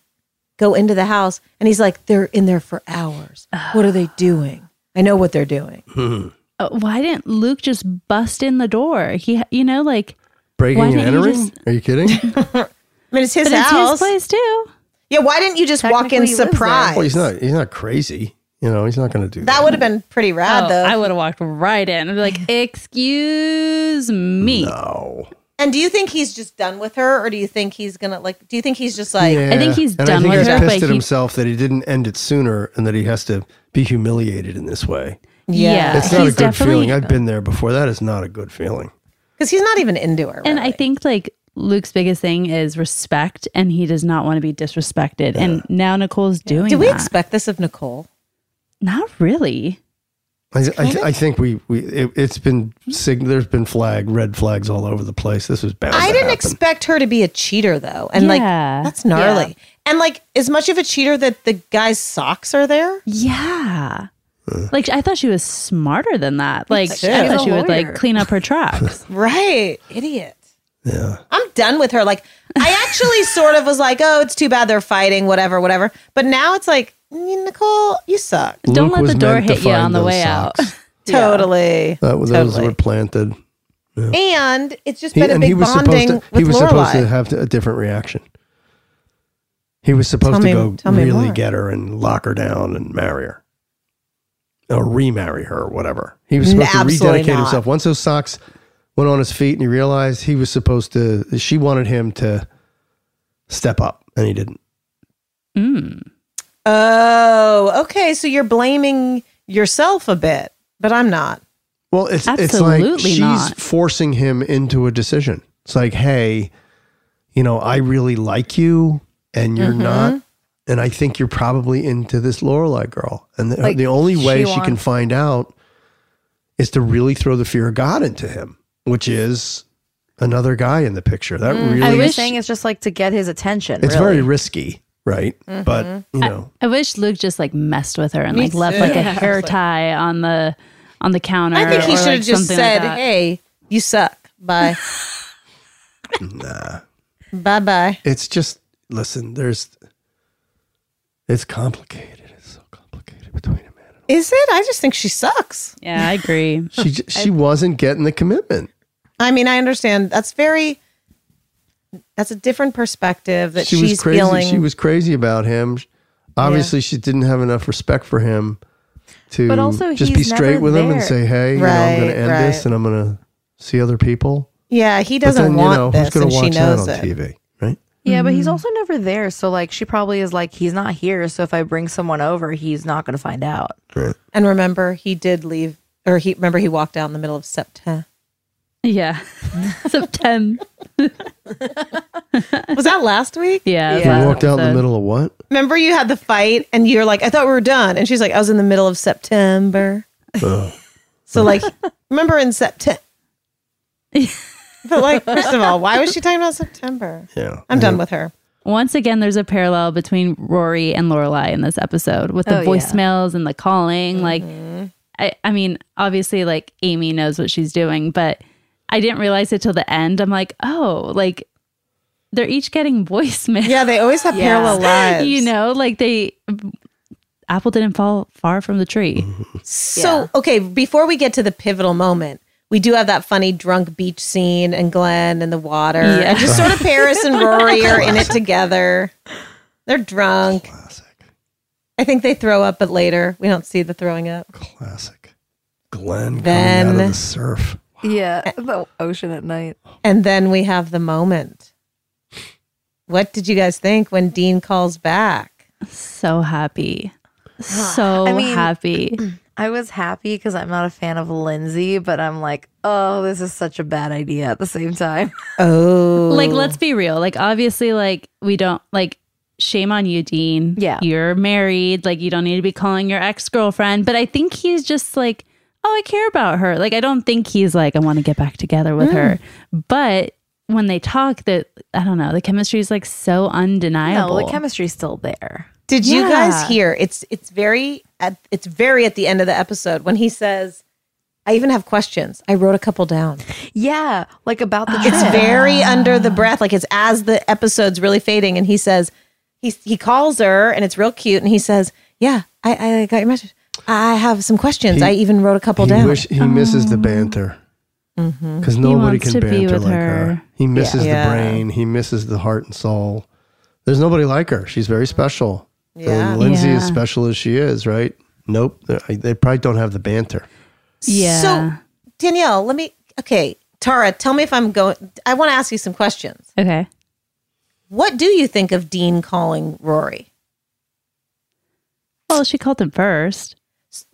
go into the house and he's like, they're in there for hours. What are they doing? I know what they're doing.
Hmm.
Uh, why didn't Luke just bust in the door? He, you know, like
Breaking
why
and
didn't he
entering?
just-
Are you kidding?
I mean, it's his
But it's his
house.
place too.
Yeah, why didn't you just walk in
Technically, he lives there.
surprised?
Well, he's not. He's not crazy. You know, he's not going to do that.
That would have been pretty rad,
Oh,
though.
I would have walked right in. I'd be like, "Excuse me."
No.
and do you think he's just done with her, or do you think he's gonna like? Do you think he's just like?
Yeah. and I think he's pissed at himself that he didn't end it sooner, and that he has to be humiliated in this way.
Yeah. Yeah.
it's not
He's
a good
definitely-
feeling. I've been there before. That is not a good feeling.
because he's not even into her.
And I think like Luke's biggest thing is respect, and he does not want to be disrespected. And now Nicole's doing.
Do we
that.
expect this of Nicole?
Not really.
I, I, I think we we it, it's been sig- there's been flag red flags all over the place. This was bad.
I didn't expect her to be a cheater though, and like
Yeah.
that's gnarly. And like, as much of a cheater that the guy's socks are there.
Yeah. Like I thought she was smarter than that. Like
She's
I
a
thought she would
lawyer.
like clean up her traps.
Right, idiot. Yeah, I'm done with her. Like, I actually sort of was like, oh, it's too bad they're fighting, whatever, whatever. But now it's like, "Mm, Nicole, you suck.
Don't Luke let the was door meant to hit you find on the those way out.
totally.
That was those were planted. Yeah.
And it's just
He-
been a
and
big
he was
bonding
supposed to
with
he was supposed to
Lorelai.
have a different reaction. He was supposed
Tell
to
me-
go
tell me
really
more.
get her and lock her down and marry her, or remarry her, or whatever. He was
N-
supposed to
absolutely
rededicate
not.
himself. Once those socks went on his feet, and he realized he was supposed to. She wanted him to step up, and he didn't.
Oh, okay. So you're blaming yourself a bit, but I'm not.
Well, it's it's like she's forcing him into a decision. It's like, hey, you know, I really like you, and you're
Mhm.
not, and I think you're probably into this Lorelai girl. And the,
Like,
the only way
she
she can
wants-
find out is to really throw the fear of God into him, which is another guy in the picture. That really,
Mm. I was saying it's just like to get his attention.
it's
really.
very risky, right? But
Mhm.
you know,
I wish Luke just like messed with her and
Me
like left
too.
like a
Yeah.
hair tie on the on the counter.
I think he
or,
should have
like,
just
something like
said,
that.
hey, you suck. Bye.
nah.
bye bye.
It's just listen. There's it's complicated.
Is it? I just think she sucks.
Yeah, I agree.
She j- she wasn't getting the commitment.
I mean, I understand. That's very, that's a different perspective that
she
she's
was crazy.
feeling.
She was crazy about him. Obviously, she didn't have enough respect for him to
But also,
just
he's
be straight
never
with him and
there.
say, "Hey, you know, I'm going
Right,
to end
right.
this, and I'm going to see other people."
yeah, he
But
doesn't
then,
want
you know,
this,
who's gonna
and she
watch that
knows
on
it.
TV, right?
Yeah, but
Mm.
he's also never there. So like she probably is like, he's not here. So if I bring someone over, he's not gonna find out.
And remember, he did leave, or he remember he walked out in the middle of September.
Yeah. September.
Was that last week?
Yeah.
We walked out in the middle of what?
Remember, you had the fight, and you're like, "I thought we were done," and she's like, "I was in the middle of September."
Ugh.
So like, remember in September. but like, first of all, why was she talking about September?
Yeah.
I'm done with her.
Once again, there's a parallel between Rory and Lorelai in this episode with the
Oh, yeah.
voicemails and the calling.
Mm-hmm.
Like, I, I mean, obviously, like Amy knows what she's doing, but I didn't realize it till the end. I'm like, oh, like they're each getting voicemail. Yeah,
they always have parallel lives.
You know, like they Apple didn't fall far from the tree.
So, okay, before we get to the pivotal moment, we do have that funny drunk beach scene and Glenn and the water.
Yeah.
And just sort of Paris and Rory are in it together. They're drunk. I think they throw up, but later we don't see the throwing up.
Classic. Glenn coming out of
Then-
the surf.
Yeah, the ocean at night.
And then we have the moment. What did you guys think when Dean calls back?
So happy. So
I mean,
happy.
I was happy because I'm not a fan of Lindsay, but I'm like, oh, this is such a bad idea at the same time.
Oh.
Like, let's be real. Like, obviously, like, we don't, like, shame on you, Dean. Yeah. You're married. Like, you don't need to be calling your ex girlfriend. But I think he's just like, oh, I care about her. Like, I don't think he's like, I want to get back together with her.
Mm.
But when they talk, that, I don't know, the chemistry is like so undeniable.
chemistry's still there.
Did you
Yeah.
guys hear? It's it's very at, it's very at the end of the episode when he says, "I even have questions. I wrote a couple down."
Yeah, like about the
It's
trip.
very under the breath, like it's as the episode's really fading, and he says, he he calls her, and it's real cute, and he says, "Yeah, I, I got your message. I have some questions.
He-
I even wrote a couple
he
down." Oh. Mm-hmm.
wish- he misses the banter. Because
He
nobody
wants to
can
be
banter
with
like
her.
her. He misses
Yeah.
the brain. He misses the heart and soul. There's nobody like her. She's very special.
Yeah.
And Lindsay,
Yeah.
as special as she is, right? Nope. They- They probably don't have the banter.
Yeah.
So Danielle, let me. Okay, Tara, tell me if I'm going. I want to ask you some questions.
Okay.
What do you think of Dean calling Rory?
Well, she called him first.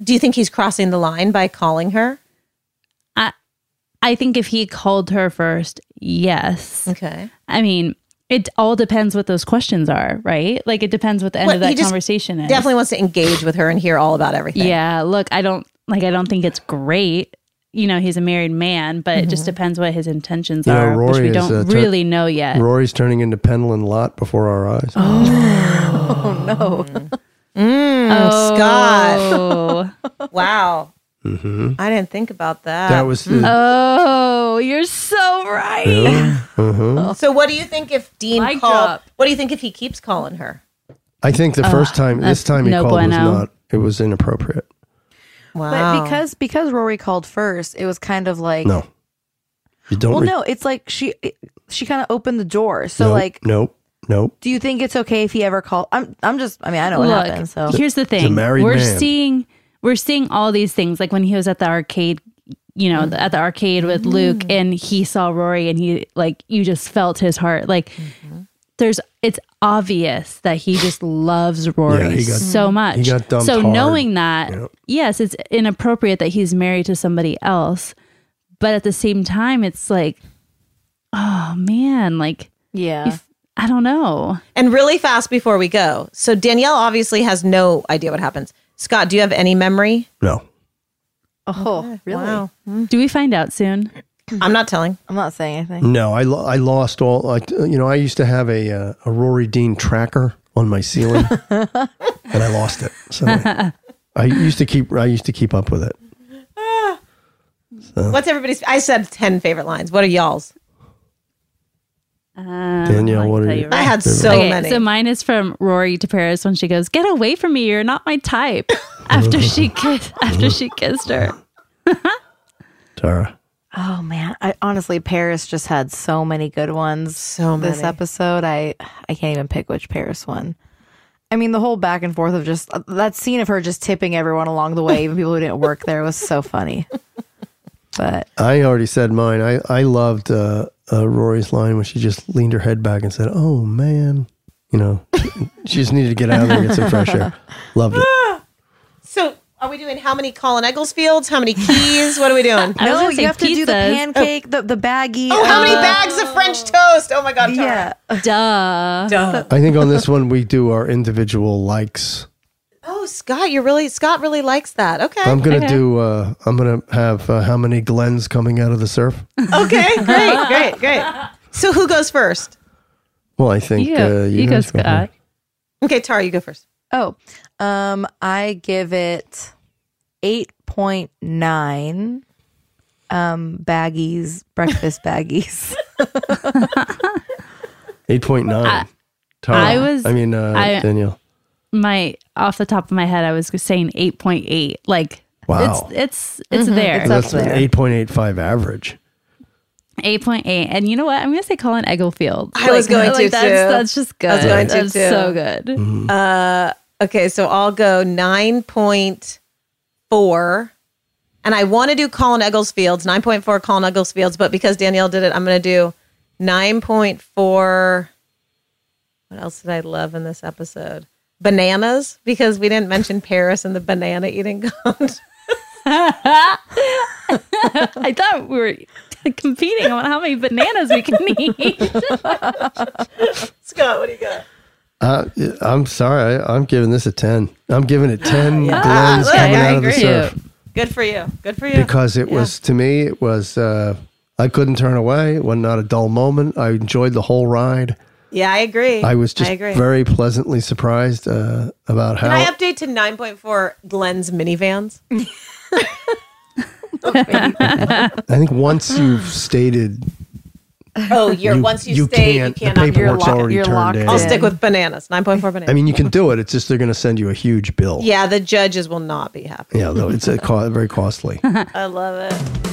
Do you think he's crossing the line by calling her?
I I think if he called her first, yes.
Okay.
I mean, it all depends what those questions are, right? Like it depends what the end
What-
of
he
that
just
conversation is.
Definitely wants to engage with her and hear all about everything.
Yeah. Look, I don't like I don't think it's great. You know, he's a married man, but it just
Mm-hmm.
depends what his intentions
You know,
are, which
Rory
we
is,
don't
uh, tur-
really know yet.
Rory's turning into Pendleton Lot before our eyes.
Oh no.
Mm,
Oh. Scott.
wow.
Mm-hmm.
I didn't think about that.
That was the-
Oh, you're so right.
uh-huh.
So what do you think if Dean
Mic
called?
drop.
What do you think if he keeps calling her?
I think the
Oh,
first time, this
that's
time he
no
called
bueno.
was not, it was inappropriate.
But because because Rory called first, it was kind of like
No. You don't.
well,
re-
no, it's like she it- she kind of opened the door. So
nope,
like,
Nope. Nope.
do you think it's okay if he ever called? I'm I'm just I mean I know what
Look,
happened. So
here's the thing:
married
we're
man.
seeing we're seeing all these things. Like when he was at the arcade, you know, the- at the arcade
Mm-hmm.
with Luke, and he saw Rory, and he like you just felt his heart. Like
Mm-hmm.
there's, it's obvious that he just loves Rory
Yeah, he got-
so much.
he got dumped
so
hard.
knowing that, yes, it's inappropriate that he's married to somebody else, but at the same time, it's like, oh man, like
yeah.
I don't know.
And really fast before we go. So Danielle obviously has no idea what happens. Scott, do you have any memory?
No.
Oh, really?
Wow.
Do we find out soon?
I'm not telling.
I'm not saying anything.
No, I, lo- I lost all. I, you know, I used to have a uh, a Rory Dean tracker on my ceiling, and I lost it. So I used to keep I used to keep up with it. So
What's everybody's? I said ten favorite lines. What are y'all's?
Um,
Danielle, what are you?
I had so
Okay,
many.
So mine is from Rory to Paris when she goes, "Get away from me! You're not my type." after she kissed, after she kissed her.
Tara.
Oh man, I honestly Paris just had so many good ones.
So
this
many.
episode, I I can't even pick which Paris one. I mean, the whole back and forth of just uh, that scene of her just tipping everyone along the way, even people who didn't work there, was so funny. But
I already said mine. I I loved uh, uh, Rory's line when she just leaned her head back and said, "Oh man," you know, she just needed to get out of there and get some fresh air. Loved it.
Ah! So are we doing how many Colin Egglesfields? How many keys? What are we doing?
I was No, gonna you say have to do the pizzas. Oh. pancake, the the baggie.
Oh, how many
uh,
bags of French toast? Oh my god! Yeah.
Duh.
Duh.
I think on this one we do our individual likes.
Oh, Scott, you're really Scott really likes that. Okay.
I'm gonna
okay.
do. Uh, I'm gonna have uh, how many Glens coming out of the surf?
Okay, great, great, great. So who goes first?
Well, I think
You-
uh,
you go,
guys go
Scott.
first.
Okay, Tara, you go first.
Oh, um, I give it eight point nine um baggies, breakfast baggies.
Eight point nine. Tara.
I was-
I mean, uh,
I-
Danielle.
My off the top of my head, I was saying eight point eight. Like
Wow.
it's it's it's
Mm-hmm.
Mhm.
there.
That's an eight point eight five average.
Eight point eight, and you know what? I'm gonna say Colin Eggelfield.
I was going to
that's,
too.
That's just good.
I was going to
that's
too.
so good.
Mm-hmm.
Uh, okay, so I'll go nine point four, and I want to do Colin Egglesfield's nine point four Colin Egglesfield's, but because Danielle did it, I'm going to do nine point four. What else did I love in this episode? Bananas, because we didn't mention Paris and the banana eating contest.
I thought we were competing on how many bananas we can eat.
Scott, what do you got?
Uh, I'm sorry. I, I'm giving this a ten. I'm giving it ten
Yeah.
Ah,
Ah,
blends
Look,
coming
I
out of the
agree.
surf
Good for you. Good for you.
because it was to me. It was. Uh, I couldn't turn away. It was not a dull moment. I enjoyed the whole ride.
Yeah, I agree.
I was just
I agree.
very pleasantly surprised uh, about
Can
how
I update to 9.4 Glenn's minivans?
I think once you've stated
oh, you're
You-
once you,
you
stay,
can't. The
you cannot.
paperwork's already turned in.
I'll stick with bananas. 9.4 bananas.
I mean, you can do it. It's just they're going to send you a huge bill.
Yeah, the judges will not be happy.
Yeah, though it's a co- very costly.
I love it.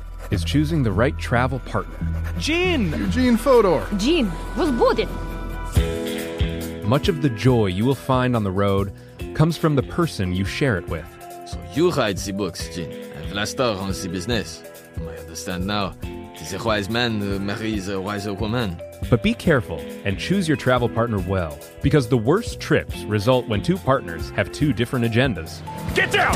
is choosing the right travel partner. Gene! Eugene Fodor.
Jean, возбудит.
Much of the joy you will find on the road comes from the person you share it with.
You write the books, Jean, and Vlastar runs the business. I understand now. Tis a wise man who marries a wiser woman.
But be careful and choose your travel partner well, because the worst trips result when two partners have two different agendas.
Get down!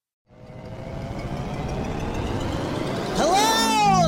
Hello,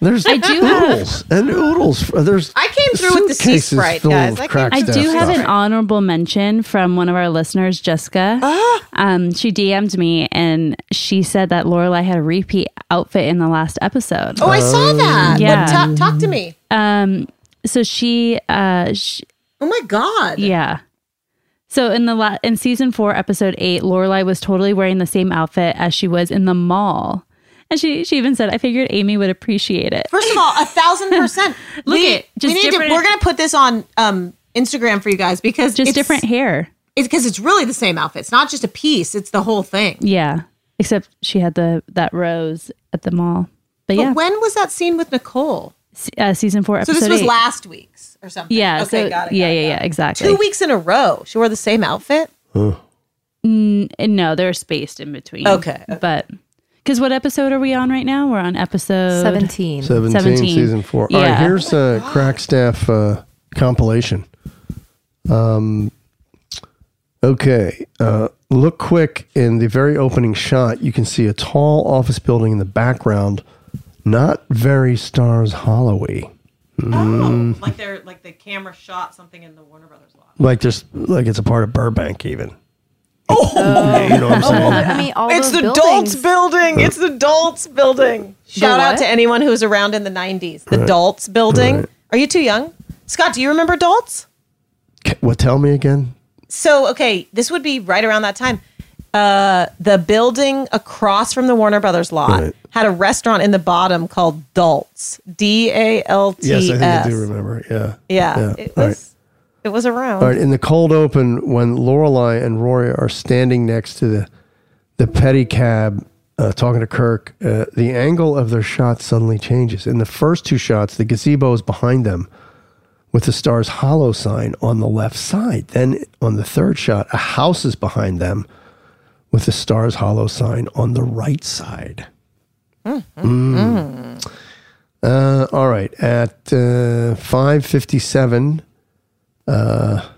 There's
I do have-
oodles and oodles. There's
I came through with the sea
suitcases
sprite,
filled
guys.
with
I came-
crack
I do
staff
have
stuff.
an honorable mention from one of our listeners, Jessica.
Ah.
Um, she DM'd me and she said that Lorelai had a repeat outfit in the last episode.
Oh, I
Um,
saw that.
Yeah.
What- talk, talk to me.
Um, so she, uh, she,
oh my god,
yeah. So in the la- in season four, episode eight, Lorelai was totally wearing the same outfit as she was in the mall, and she she even said, "I figured Amy would appreciate it."
First of all, a thousand percent.
Look
we,
at- just
we need to,
different-
We're gonna put this on um, Instagram for you guys because
Just
it's,
different hair.
It's because it's really the same outfit. It's not just a piece; it's the whole thing.
Yeah, except she had the that rose at the mall. But, yeah,
when was that scene with Nicole?
S- uh, season four,
So
episode
this was
eight.
last week's or something.
Yeah.
Okay.
so,
got it.
yeah, yeah, yeah. Exactly.
Two weeks in a row, she wore the same outfit.
Mm, no, they're spaced in between.
Okay,
But because what episode are we on right now? We're on episode
17.
17, season four. All right, here's
Oh
a Crackstaff uh, compilation. Um, okay, uh, look quick in the very opening shot. You can see a tall office building in the background, not very Stars Holloway.
Oh
Mm,
Like they're like the camera shot something in the Warner Brothers. lot.
like there's like it's a part of Burbank even.
Oh,
you know what Oh, I'm saying?
I mean, all
it's
those
the
buildings.
Dolts building. It's the Dolts building. Shout out
what?
to anyone who was around in the '90s. The
Right.
Dolts building.
Right.
Are you too young, Scott? Do you remember Dolts?
Ca- What? Tell me again.
So okay, this would be right around that time. Uh, the building across from the Warner Brothers lot
Right.
had a restaurant in the bottom called Dolts. D A L T S.
Yes, I think I do remember. Yeah.
Yeah, it
All right.
was. It was around.
All right, in the cold open, when Lorelai and Rory are standing next to the the pedicab uh, talking to Kirk, uh, the angle of their shot suddenly changes. In the first two shots, the gazebo is behind them with the star's hollow sign on the left side. Then on the third shot, a house is behind them with the star's hollow sign on the right side. Mm. Uh, all right, at uh, five fifty-seven uh,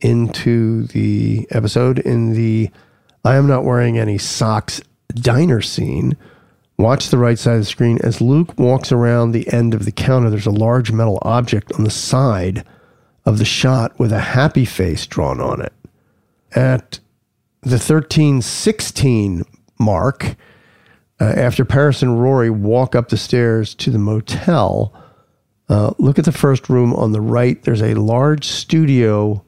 into the episode in the "I am not wearing any socks" diner scene. Watch the right side of the screen as Luke walks around the end of the counter. There's a large metal object on the side of the shot with a happy face drawn on it. At the 1316 mark, uh, after Paris and Rory walk up the stairs to the motel, uh, look at the first room on the right. There's a large studio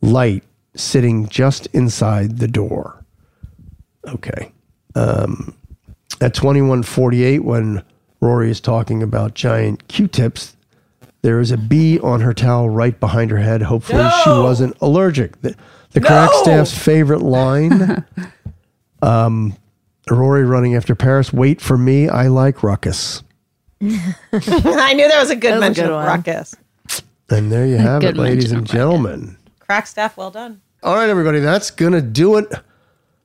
light sitting just inside the door. Okay. Um, at 2148, when Rory is talking about giant Q tips, there is a bee on her towel right behind her head. Hopefully, she wasn't allergic. The, the crack staff's favorite line. um, Rory running after Paris. Wait for me. I like ruckus.
I knew there was a good
That was a
mention
good
of
one.
ruckus.
And there you have it,
Good
ladies and gentlemen.
Crack staff, well done.
All right, everybody, that's gonna do it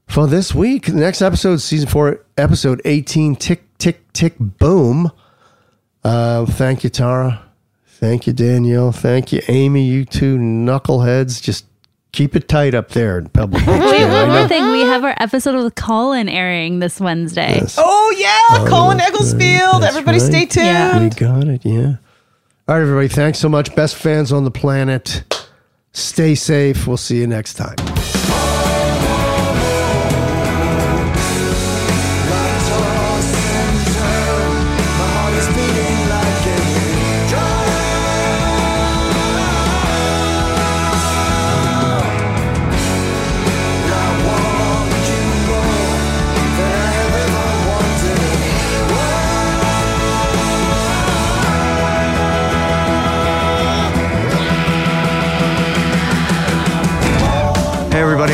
for this week. The next episode, season four, episode eighteen. Tick, tick, tick, boom. Uh, thank you, Tara. Thank you, Danielle. Thank you, Amy. You two knuckleheads, just keep it tight up there in Pebble Beach.
Wait,
you know?
one more thing. We have our episode with Colin airing this Wednesday.
Oh yeah, Colin Egglesfield.
That's
Everybody, stay
right.
tuned.
We got it. Yeah. All right, everybody. Thanks so much. Best fans on the planet. Stay safe. We'll see you next time.
Hey, everybody,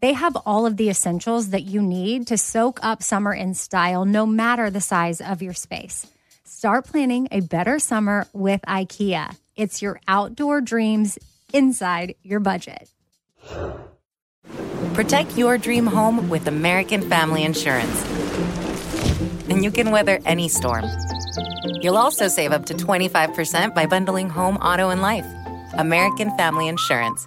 they have all of the essentials that you need to soak up summer in style, no matter the size of your space. Start planning a better summer with IKEA. It's your outdoor dreams inside your budget.
Protect your dream home with American Family Insurance. And you can weather any storm. You'll also save up to 25% by bundling home, auto, and life. American Family Insurance.